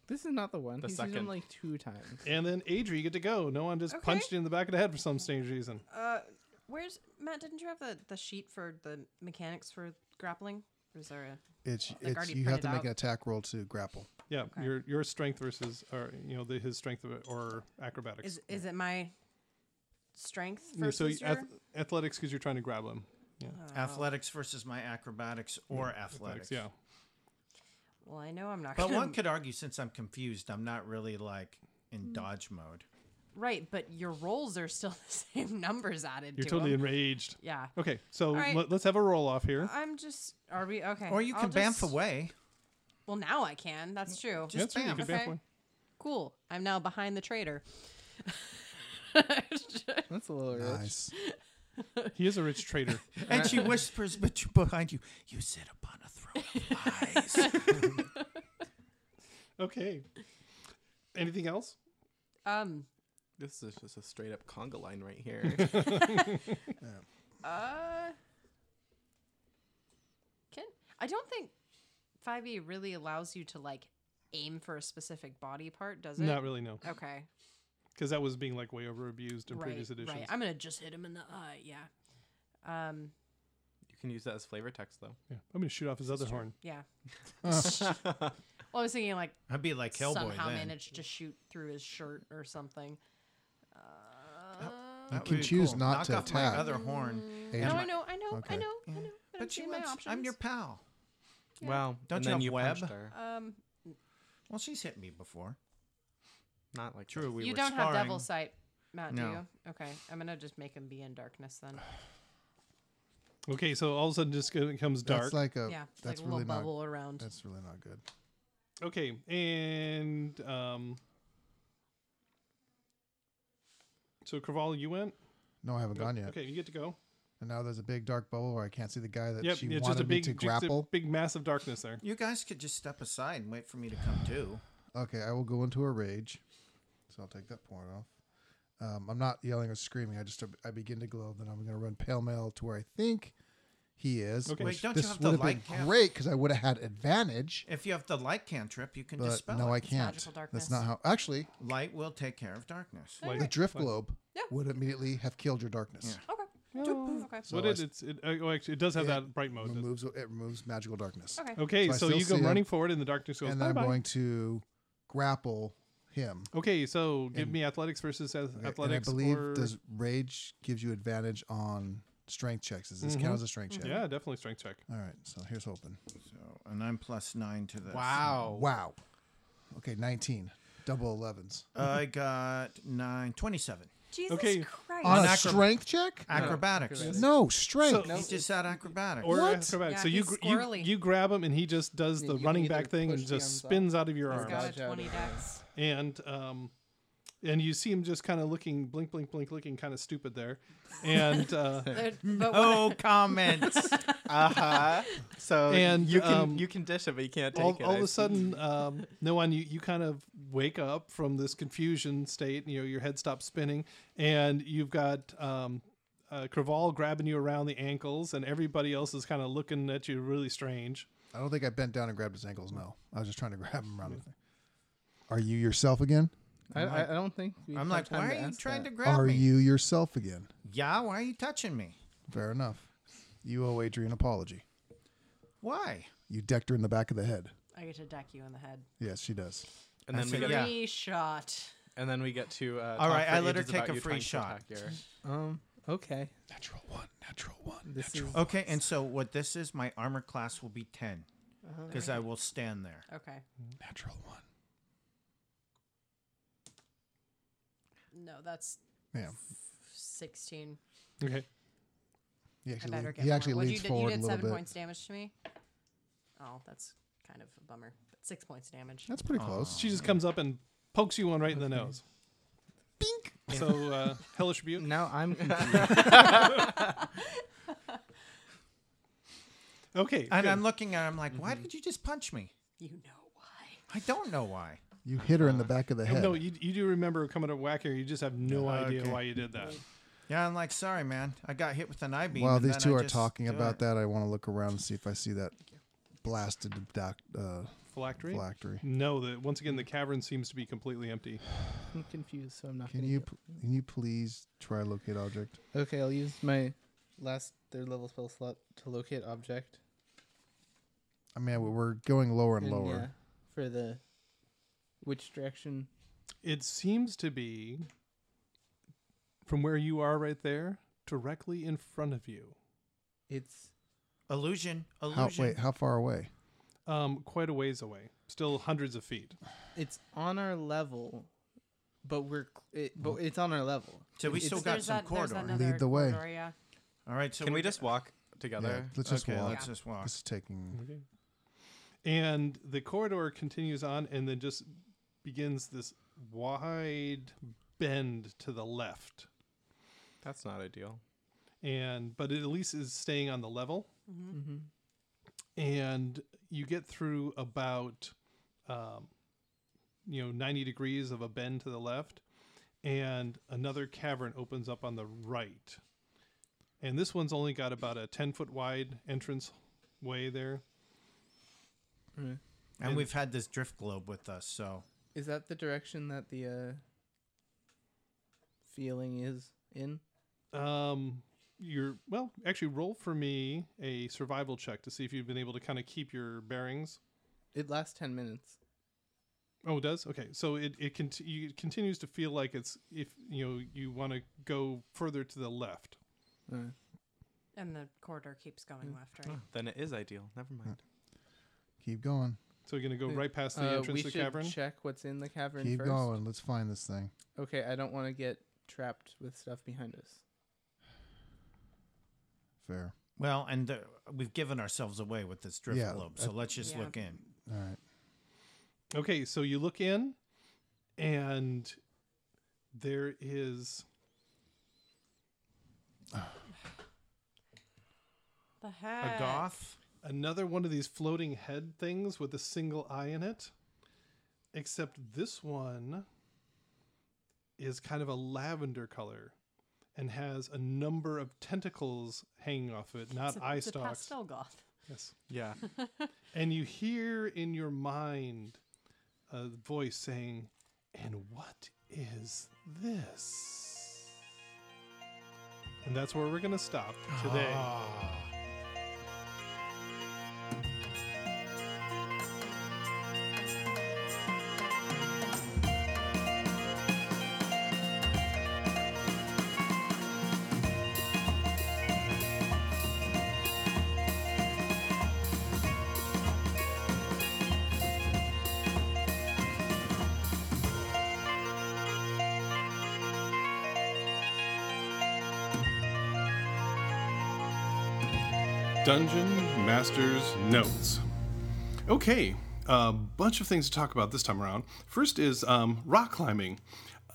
[SPEAKER 5] This is not the one.
[SPEAKER 7] The
[SPEAKER 5] He's used him
[SPEAKER 7] second.
[SPEAKER 5] like two times.
[SPEAKER 3] And then Adri, you get to go. No one just
[SPEAKER 4] Okay.
[SPEAKER 3] punched you in the back of the head for some strange reason.
[SPEAKER 4] Uh, where's Matt? Didn't you have the, the sheet for the mechanics for grappling? Or is there a
[SPEAKER 1] It's
[SPEAKER 4] Like,
[SPEAKER 1] it's
[SPEAKER 4] already
[SPEAKER 1] you have
[SPEAKER 4] printed
[SPEAKER 1] to make
[SPEAKER 4] out?
[SPEAKER 1] an attack roll to grapple.
[SPEAKER 3] Yeah, your your strength versus, or you know, the, his strength or acrobatics.
[SPEAKER 4] is is it my strength
[SPEAKER 3] Yeah,
[SPEAKER 4] versus
[SPEAKER 3] so you-
[SPEAKER 4] your?
[SPEAKER 3] ath- athletics because you're trying to grab him. Yeah.
[SPEAKER 4] Oh.
[SPEAKER 2] Athletics versus my acrobatics or athletics.
[SPEAKER 3] Yeah.
[SPEAKER 4] well, I know I'm not.
[SPEAKER 2] But
[SPEAKER 4] gonna,
[SPEAKER 2] one could argue since I'm confused, I'm not really like
[SPEAKER 4] Mm.
[SPEAKER 2] in dodge mode.
[SPEAKER 4] right, but your rolls are still the same numbers added.
[SPEAKER 3] You're
[SPEAKER 4] to
[SPEAKER 3] totally
[SPEAKER 4] 'em.
[SPEAKER 3] enraged.
[SPEAKER 4] Yeah.
[SPEAKER 3] Okay, so
[SPEAKER 4] right. Uh,
[SPEAKER 3] let, us have a roll off here.
[SPEAKER 4] I'm just. Are we okay?
[SPEAKER 2] Or you
[SPEAKER 4] I'll
[SPEAKER 2] can
[SPEAKER 4] just-
[SPEAKER 2] bamf away.
[SPEAKER 4] Well, now I can. That's true.
[SPEAKER 2] Mm, just
[SPEAKER 3] That's right, you
[SPEAKER 2] bam.
[SPEAKER 3] could bamf
[SPEAKER 4] Okay.
[SPEAKER 3] away.
[SPEAKER 4] cool. I'm now behind the traitor.
[SPEAKER 5] That's a little rich.
[SPEAKER 1] Nice.
[SPEAKER 3] He is a rich trader.
[SPEAKER 2] And she whispers but you, behind you, you sit upon a throne of lies.
[SPEAKER 3] Okay. Anything else?
[SPEAKER 4] Um,
[SPEAKER 7] This is just a straight up conga line right here.
[SPEAKER 4] uh, can I don't think 5e really allows you to like aim for a specific body part, does it?
[SPEAKER 3] Not really, no.
[SPEAKER 4] Okay.
[SPEAKER 3] Because that was being like way over abused in
[SPEAKER 4] right,
[SPEAKER 3] previous editions.
[SPEAKER 4] Right. I'm gonna just hit him in the eye. Yeah. Um.
[SPEAKER 7] you can use that as flavor text though.
[SPEAKER 3] Yeah. I'm going to shoot off his other horn.
[SPEAKER 4] Yeah. well, I was thinking like
[SPEAKER 2] I'd be like Hellboy
[SPEAKER 4] somehow
[SPEAKER 2] then.
[SPEAKER 4] managed to shoot through his shirt or something. Uh,
[SPEAKER 1] You
[SPEAKER 2] That
[SPEAKER 1] can
[SPEAKER 2] would be
[SPEAKER 1] choose
[SPEAKER 2] cool.
[SPEAKER 1] not
[SPEAKER 2] Knock
[SPEAKER 1] to
[SPEAKER 2] off
[SPEAKER 1] attack.
[SPEAKER 2] My other horn.
[SPEAKER 1] Agent.
[SPEAKER 4] no,
[SPEAKER 2] Am
[SPEAKER 4] I know, I know,
[SPEAKER 1] Okay.
[SPEAKER 4] I know, I know. But I'm
[SPEAKER 2] But you
[SPEAKER 4] seeing my
[SPEAKER 2] wants, I'm
[SPEAKER 4] options.
[SPEAKER 2] your pal.
[SPEAKER 4] Yeah.
[SPEAKER 7] Wow.
[SPEAKER 2] Don't
[SPEAKER 7] and
[SPEAKER 2] you
[SPEAKER 7] then
[SPEAKER 2] have
[SPEAKER 7] you
[SPEAKER 2] web?
[SPEAKER 7] punched her.
[SPEAKER 4] Um,
[SPEAKER 2] Well, she's hit me before.
[SPEAKER 7] Not like
[SPEAKER 2] True, we
[SPEAKER 4] you
[SPEAKER 2] were
[SPEAKER 4] don't
[SPEAKER 2] sparring.
[SPEAKER 4] have devil sight, Matt.
[SPEAKER 2] No.
[SPEAKER 4] Do you? Okay, I'm gonna just make him be in darkness then.
[SPEAKER 3] Okay, so all of a sudden just it comes dark.
[SPEAKER 1] That's like a.
[SPEAKER 4] yeah, it's
[SPEAKER 1] that's
[SPEAKER 4] like a
[SPEAKER 1] really
[SPEAKER 4] little
[SPEAKER 1] not.
[SPEAKER 4] bubble around.
[SPEAKER 1] That's really not good.
[SPEAKER 3] okay, and um So Craval, you went?
[SPEAKER 1] No, I haven't gone yet.
[SPEAKER 3] Okay, you get to go.
[SPEAKER 1] And now there's a big dark bubble where I can't see the guy that
[SPEAKER 3] Yep,
[SPEAKER 1] she
[SPEAKER 3] it's
[SPEAKER 1] wanted
[SPEAKER 3] just a big
[SPEAKER 1] me to
[SPEAKER 3] just a
[SPEAKER 1] grapple.
[SPEAKER 3] big mass of darkness there.
[SPEAKER 2] You guys could just step aside and wait for me to come too.
[SPEAKER 1] Okay, I will go into a rage. So I'll take that point off. Um, I'm not yelling or screaming. I just I begin to glow. Then I'm going to run pale mail to where I think he is.
[SPEAKER 3] Okay.
[SPEAKER 1] which
[SPEAKER 2] Wait, don't you
[SPEAKER 1] this
[SPEAKER 2] have the
[SPEAKER 1] would
[SPEAKER 2] light
[SPEAKER 1] have been
[SPEAKER 2] cap?
[SPEAKER 1] great because I would have had advantage.
[SPEAKER 2] If you have the light cantrip, you can
[SPEAKER 1] But
[SPEAKER 2] dispel
[SPEAKER 1] no,
[SPEAKER 2] it.
[SPEAKER 1] I can't.
[SPEAKER 4] magical
[SPEAKER 1] That's
[SPEAKER 4] darkness.
[SPEAKER 1] not how. Actually,
[SPEAKER 2] Light will take care of darkness.
[SPEAKER 3] Like
[SPEAKER 1] the drift globe
[SPEAKER 4] Yeah.
[SPEAKER 1] would immediately have killed your darkness.
[SPEAKER 4] Okay. Okay.
[SPEAKER 1] So
[SPEAKER 3] what
[SPEAKER 1] I
[SPEAKER 3] it, it's it, oh, actually, it does have
[SPEAKER 1] It
[SPEAKER 3] that bright mode.
[SPEAKER 1] It
[SPEAKER 3] doesn't Oh, it?
[SPEAKER 1] removes it removes magical darkness.
[SPEAKER 4] Okay.
[SPEAKER 3] Okay,
[SPEAKER 1] So I
[SPEAKER 3] so,
[SPEAKER 1] still
[SPEAKER 3] you go
[SPEAKER 1] see him.
[SPEAKER 3] running forward and the darkness goes
[SPEAKER 1] And
[SPEAKER 3] bye
[SPEAKER 1] then I'm
[SPEAKER 3] bye.
[SPEAKER 1] going to grapple him.
[SPEAKER 3] Okay, so give me athletics versus ath-
[SPEAKER 1] Okay,
[SPEAKER 3] athletics
[SPEAKER 1] and I believe
[SPEAKER 3] or
[SPEAKER 1] does rage gives you advantage on strength checks. Does this count as a strength check?
[SPEAKER 3] Mm-hmm. yeah, definitely strength check.
[SPEAKER 1] All right. So here's hoping.
[SPEAKER 2] So, and I'm plus nine to this.
[SPEAKER 7] Wow.
[SPEAKER 1] Wow. Okay, 19. Double 11s.
[SPEAKER 2] I got nine, 27.
[SPEAKER 4] Jesus
[SPEAKER 3] Okay.
[SPEAKER 4] Christ.
[SPEAKER 1] On a
[SPEAKER 2] acro-
[SPEAKER 1] strength check?
[SPEAKER 2] Acrobatics.
[SPEAKER 1] No, strength.
[SPEAKER 2] He just had acrobatics.
[SPEAKER 3] Or
[SPEAKER 1] What?
[SPEAKER 3] acrobatics.
[SPEAKER 4] Yeah,
[SPEAKER 3] so you,
[SPEAKER 4] he's
[SPEAKER 3] gr- you
[SPEAKER 4] squirrely.
[SPEAKER 3] you grab him and he just does
[SPEAKER 5] Yeah,
[SPEAKER 3] the
[SPEAKER 5] you can
[SPEAKER 3] running
[SPEAKER 5] either
[SPEAKER 3] back thing
[SPEAKER 5] push
[SPEAKER 3] and
[SPEAKER 5] the
[SPEAKER 3] just
[SPEAKER 5] arms up.
[SPEAKER 3] spins out of your
[SPEAKER 5] He's
[SPEAKER 3] arms.
[SPEAKER 5] got
[SPEAKER 4] got
[SPEAKER 5] Dodge
[SPEAKER 4] a
[SPEAKER 5] out
[SPEAKER 4] 20
[SPEAKER 5] of
[SPEAKER 4] dex.
[SPEAKER 3] and um, and you see him just kind of looking, blink, blink, blink, looking kind of stupid there, and uh,
[SPEAKER 4] There- but what-
[SPEAKER 2] Oh, comments.
[SPEAKER 7] Uh huh.
[SPEAKER 1] Oh,
[SPEAKER 7] So
[SPEAKER 3] And,
[SPEAKER 7] you can
[SPEAKER 3] um,
[SPEAKER 7] you can dish it, but you can't take
[SPEAKER 3] all,
[SPEAKER 7] it.
[SPEAKER 3] all of
[SPEAKER 7] I
[SPEAKER 3] a
[SPEAKER 7] see.
[SPEAKER 3] sudden, um, no one, you, you kind of wake up from this confusion state. You know, your head stops spinning, and you've got um, uh, Craval grabbing you around the ankles, and everybody else is kind of looking at you really strange.
[SPEAKER 1] I don't think I bent down and grabbed his ankles. No. I was just trying to grab him around. Are you yourself again?
[SPEAKER 5] I, I, I don't think. we
[SPEAKER 2] I'm
[SPEAKER 5] have
[SPEAKER 2] like,
[SPEAKER 5] time
[SPEAKER 2] why
[SPEAKER 5] to
[SPEAKER 2] are you
[SPEAKER 5] ask
[SPEAKER 2] trying
[SPEAKER 5] that.
[SPEAKER 2] to grab
[SPEAKER 1] Are
[SPEAKER 2] me?
[SPEAKER 1] you yourself again?
[SPEAKER 2] Yeah, why are you touching me?
[SPEAKER 1] Fair enough. You owe Adrian an apology.
[SPEAKER 2] Why?
[SPEAKER 1] You decked her in the back of the head.
[SPEAKER 4] I get to deck you in the head.
[SPEAKER 1] Yes, she does.
[SPEAKER 7] and then we
[SPEAKER 2] said,
[SPEAKER 7] get
[SPEAKER 2] Yeah.
[SPEAKER 4] Three shot.
[SPEAKER 7] and then we get to. Uh,
[SPEAKER 2] All
[SPEAKER 7] talk
[SPEAKER 2] right,
[SPEAKER 7] for
[SPEAKER 2] I let her
[SPEAKER 7] ages about
[SPEAKER 2] take a
[SPEAKER 7] you
[SPEAKER 2] free
[SPEAKER 7] trying to
[SPEAKER 2] shot.
[SPEAKER 7] attack your-
[SPEAKER 5] Um. Okay.
[SPEAKER 1] Natural one, natural one.
[SPEAKER 5] This is
[SPEAKER 2] Okay, and so what this is, my armor class will be 10 because I will stand there.
[SPEAKER 4] Okay.
[SPEAKER 1] Natural one.
[SPEAKER 4] No, that's
[SPEAKER 1] Yeah.
[SPEAKER 4] 16.
[SPEAKER 3] Okay.
[SPEAKER 1] He
[SPEAKER 4] I
[SPEAKER 1] actually,
[SPEAKER 4] better
[SPEAKER 1] lean-
[SPEAKER 4] get
[SPEAKER 1] he
[SPEAKER 4] more.
[SPEAKER 1] actually
[SPEAKER 4] What'd
[SPEAKER 1] leans
[SPEAKER 4] you, did,
[SPEAKER 1] forward
[SPEAKER 4] you did
[SPEAKER 1] a little
[SPEAKER 4] seven
[SPEAKER 1] bit.
[SPEAKER 4] points damage to me. Oh, that's kind of a bummer. But six points damage.
[SPEAKER 1] That's pretty close.
[SPEAKER 3] She just comes up and pokes you one right in the nose. Bink. So uh, hellish rebuke.
[SPEAKER 5] now I'm confused.
[SPEAKER 3] Okay.
[SPEAKER 2] And
[SPEAKER 3] good.
[SPEAKER 2] I'm looking at her, I'm like, why
[SPEAKER 1] Mm-hmm.
[SPEAKER 2] did you just punch me?
[SPEAKER 4] You know why.
[SPEAKER 2] I don't know why.
[SPEAKER 1] You hit her in the back of the head.
[SPEAKER 3] No, you, you do remember coming up whack here. You just have no idea
[SPEAKER 2] okay.
[SPEAKER 3] why you did that.
[SPEAKER 2] Yeah, I'm like, sorry, man. I got hit with an I beam.
[SPEAKER 1] While these two are talking about that, I want to look around and see if I see that blasted doc, uh,
[SPEAKER 3] Phylactery?
[SPEAKER 1] phylactery.
[SPEAKER 3] No, the, once again, the cavern seems to be completely empty.
[SPEAKER 5] I'm confused, so I'm not.
[SPEAKER 1] Can
[SPEAKER 5] gonna
[SPEAKER 1] you
[SPEAKER 5] do
[SPEAKER 1] pl- can you please try locate object?
[SPEAKER 5] it. Okay, I'll use my last third level spell slot to locate object.
[SPEAKER 1] I mean, we- we're going lower and
[SPEAKER 5] And,
[SPEAKER 1] lower.
[SPEAKER 5] yeah, for the which direction?
[SPEAKER 3] It seems to be from where you are right there, directly in front of you.
[SPEAKER 5] It's
[SPEAKER 2] illusion,
[SPEAKER 1] How,
[SPEAKER 2] illusion.
[SPEAKER 1] wait, how far away?
[SPEAKER 3] Um, quite a ways away, still hundreds of feet.
[SPEAKER 5] it's on our level, but we're cl- it, but it's on our level.
[SPEAKER 2] So we
[SPEAKER 5] It's-
[SPEAKER 2] still got
[SPEAKER 4] there's
[SPEAKER 2] some
[SPEAKER 4] that, there's
[SPEAKER 2] corridor.
[SPEAKER 4] another
[SPEAKER 1] Lead the way.
[SPEAKER 4] corridor, yeah.
[SPEAKER 2] All right, so
[SPEAKER 7] Can we
[SPEAKER 2] we're-
[SPEAKER 7] just walk
[SPEAKER 1] Yeah,
[SPEAKER 7] together?
[SPEAKER 1] let's just
[SPEAKER 2] okay,
[SPEAKER 1] walk.
[SPEAKER 2] let's just walk.
[SPEAKER 1] This is taking.
[SPEAKER 3] Okay. And the corridor continues on and then just begins this wide bend to the left.
[SPEAKER 7] That's not ideal.
[SPEAKER 8] and but it at least is staying on the level
[SPEAKER 1] Mm.
[SPEAKER 5] Mm-hmm.
[SPEAKER 8] and you get through about um, you know 90 degrees of a bend to the left and another cavern opens up on the right and this one's only got about a 10 foot wide entrance way there
[SPEAKER 2] And we've had this drift globe with us, so
[SPEAKER 5] Is that the direction that the uh, feeling is in?
[SPEAKER 8] um you're well actually roll for me a survival check to see if you've been able to kind of keep your bearings
[SPEAKER 5] It lasts ten minutes.
[SPEAKER 8] Oh, it does okay. So it it, cont- you- it continues to feel like it's if you know you want to go further to the left.
[SPEAKER 5] Uh,
[SPEAKER 4] And the corridor keeps
[SPEAKER 2] Mm.
[SPEAKER 4] going left, right?
[SPEAKER 7] Then it is ideal. Never mind.
[SPEAKER 1] Keep going.
[SPEAKER 8] So you're gonna go
[SPEAKER 5] Hmm.
[SPEAKER 8] right past the
[SPEAKER 5] uh,
[SPEAKER 8] entrance
[SPEAKER 5] we
[SPEAKER 8] to the
[SPEAKER 5] should
[SPEAKER 8] cavern.
[SPEAKER 5] check what's in the cavern
[SPEAKER 1] Keep
[SPEAKER 5] first.
[SPEAKER 1] going. Let's find this thing.
[SPEAKER 5] Okay, I don't want to get trapped with stuff behind us.
[SPEAKER 1] Fair.
[SPEAKER 2] well, and uh, we've given ourselves away with this drift
[SPEAKER 1] Yeah, uh,
[SPEAKER 2] globe, so let's just
[SPEAKER 4] Yeah.
[SPEAKER 2] look in.
[SPEAKER 1] All right.
[SPEAKER 8] Okay, so you look in, and there is
[SPEAKER 4] The
[SPEAKER 2] A
[SPEAKER 4] heck?
[SPEAKER 2] goth.
[SPEAKER 8] another one of these floating head things with a single eye in it, except this one is kind of a lavender color and has a number of tentacles hanging off of it, not
[SPEAKER 4] It's a,
[SPEAKER 8] eye
[SPEAKER 4] it's a
[SPEAKER 8] stalks.
[SPEAKER 4] pastel goth.
[SPEAKER 8] Yes.
[SPEAKER 7] Yeah.
[SPEAKER 8] And you hear in your mind a voice saying, And what is this? And that's where we're going to stop today.
[SPEAKER 3] Dungeon Master's Notes. Okay, a bunch of things to talk about this time around. First is um, rock climbing.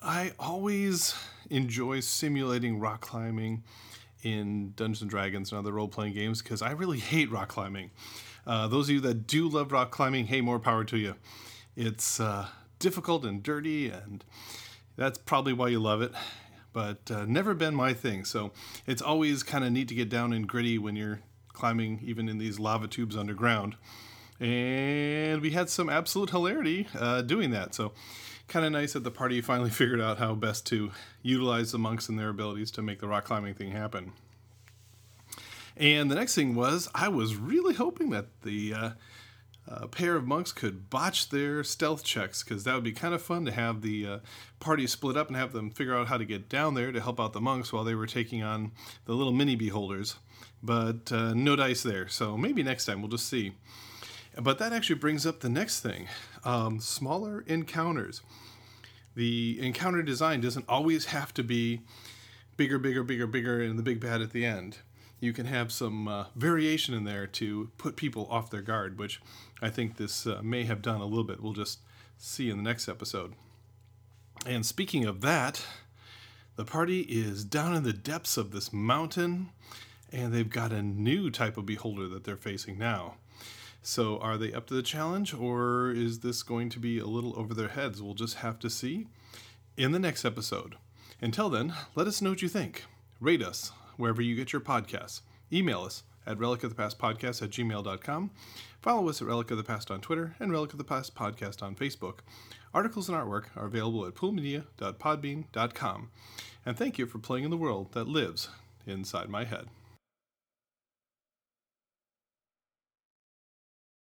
[SPEAKER 3] I always enjoy simulating rock climbing in Dungeons and Dragons and other role playing games because I really hate rock climbing. Uh, those of you that do love rock climbing, hey, more power to you. It's uh, difficult and dirty, and that's probably why you love it but uh, never been my thing. So it's always kind of neat to get down and gritty when you're climbing, even in these lava tubes underground. And we had some absolute hilarity uh, doing that. So kind of nice that the party finally figured out how best to utilize the monks and their abilities to make the rock climbing thing happen. And the next thing was, I was really hoping that the uh, a pair of monks could botch their stealth checks because that would be kind of fun to have the uh, party split up and have them figure out how to get down there to help out the monks while they were taking on the little mini beholders. But uh, no dice there, so maybe next time we'll just see. But that actually brings up the next thing um, smaller encounters. The encounter design doesn't always have to be bigger, bigger, bigger, bigger, and the big bad at the end. You can have some uh, variation in there to put people off their guard, which I think this uh, may have done a little bit. We'll just see in the next episode. And speaking of that, the party is down in the depths of this mountain, and they've got a new type of beholder that they're facing now. So, are they up to the challenge, or is this going to be a little over their heads? We'll just have to see in the next episode. Until then, let us know what you think. Rate us wherever you get your podcasts. Email us at relic of the past podcast at gmail.com. Follow us at relic of the past on Twitter and relic of the past podcast on Facebook. Articles and artwork are available at poolmedia.podbean.com. And thank you for playing in the world that lives inside my head.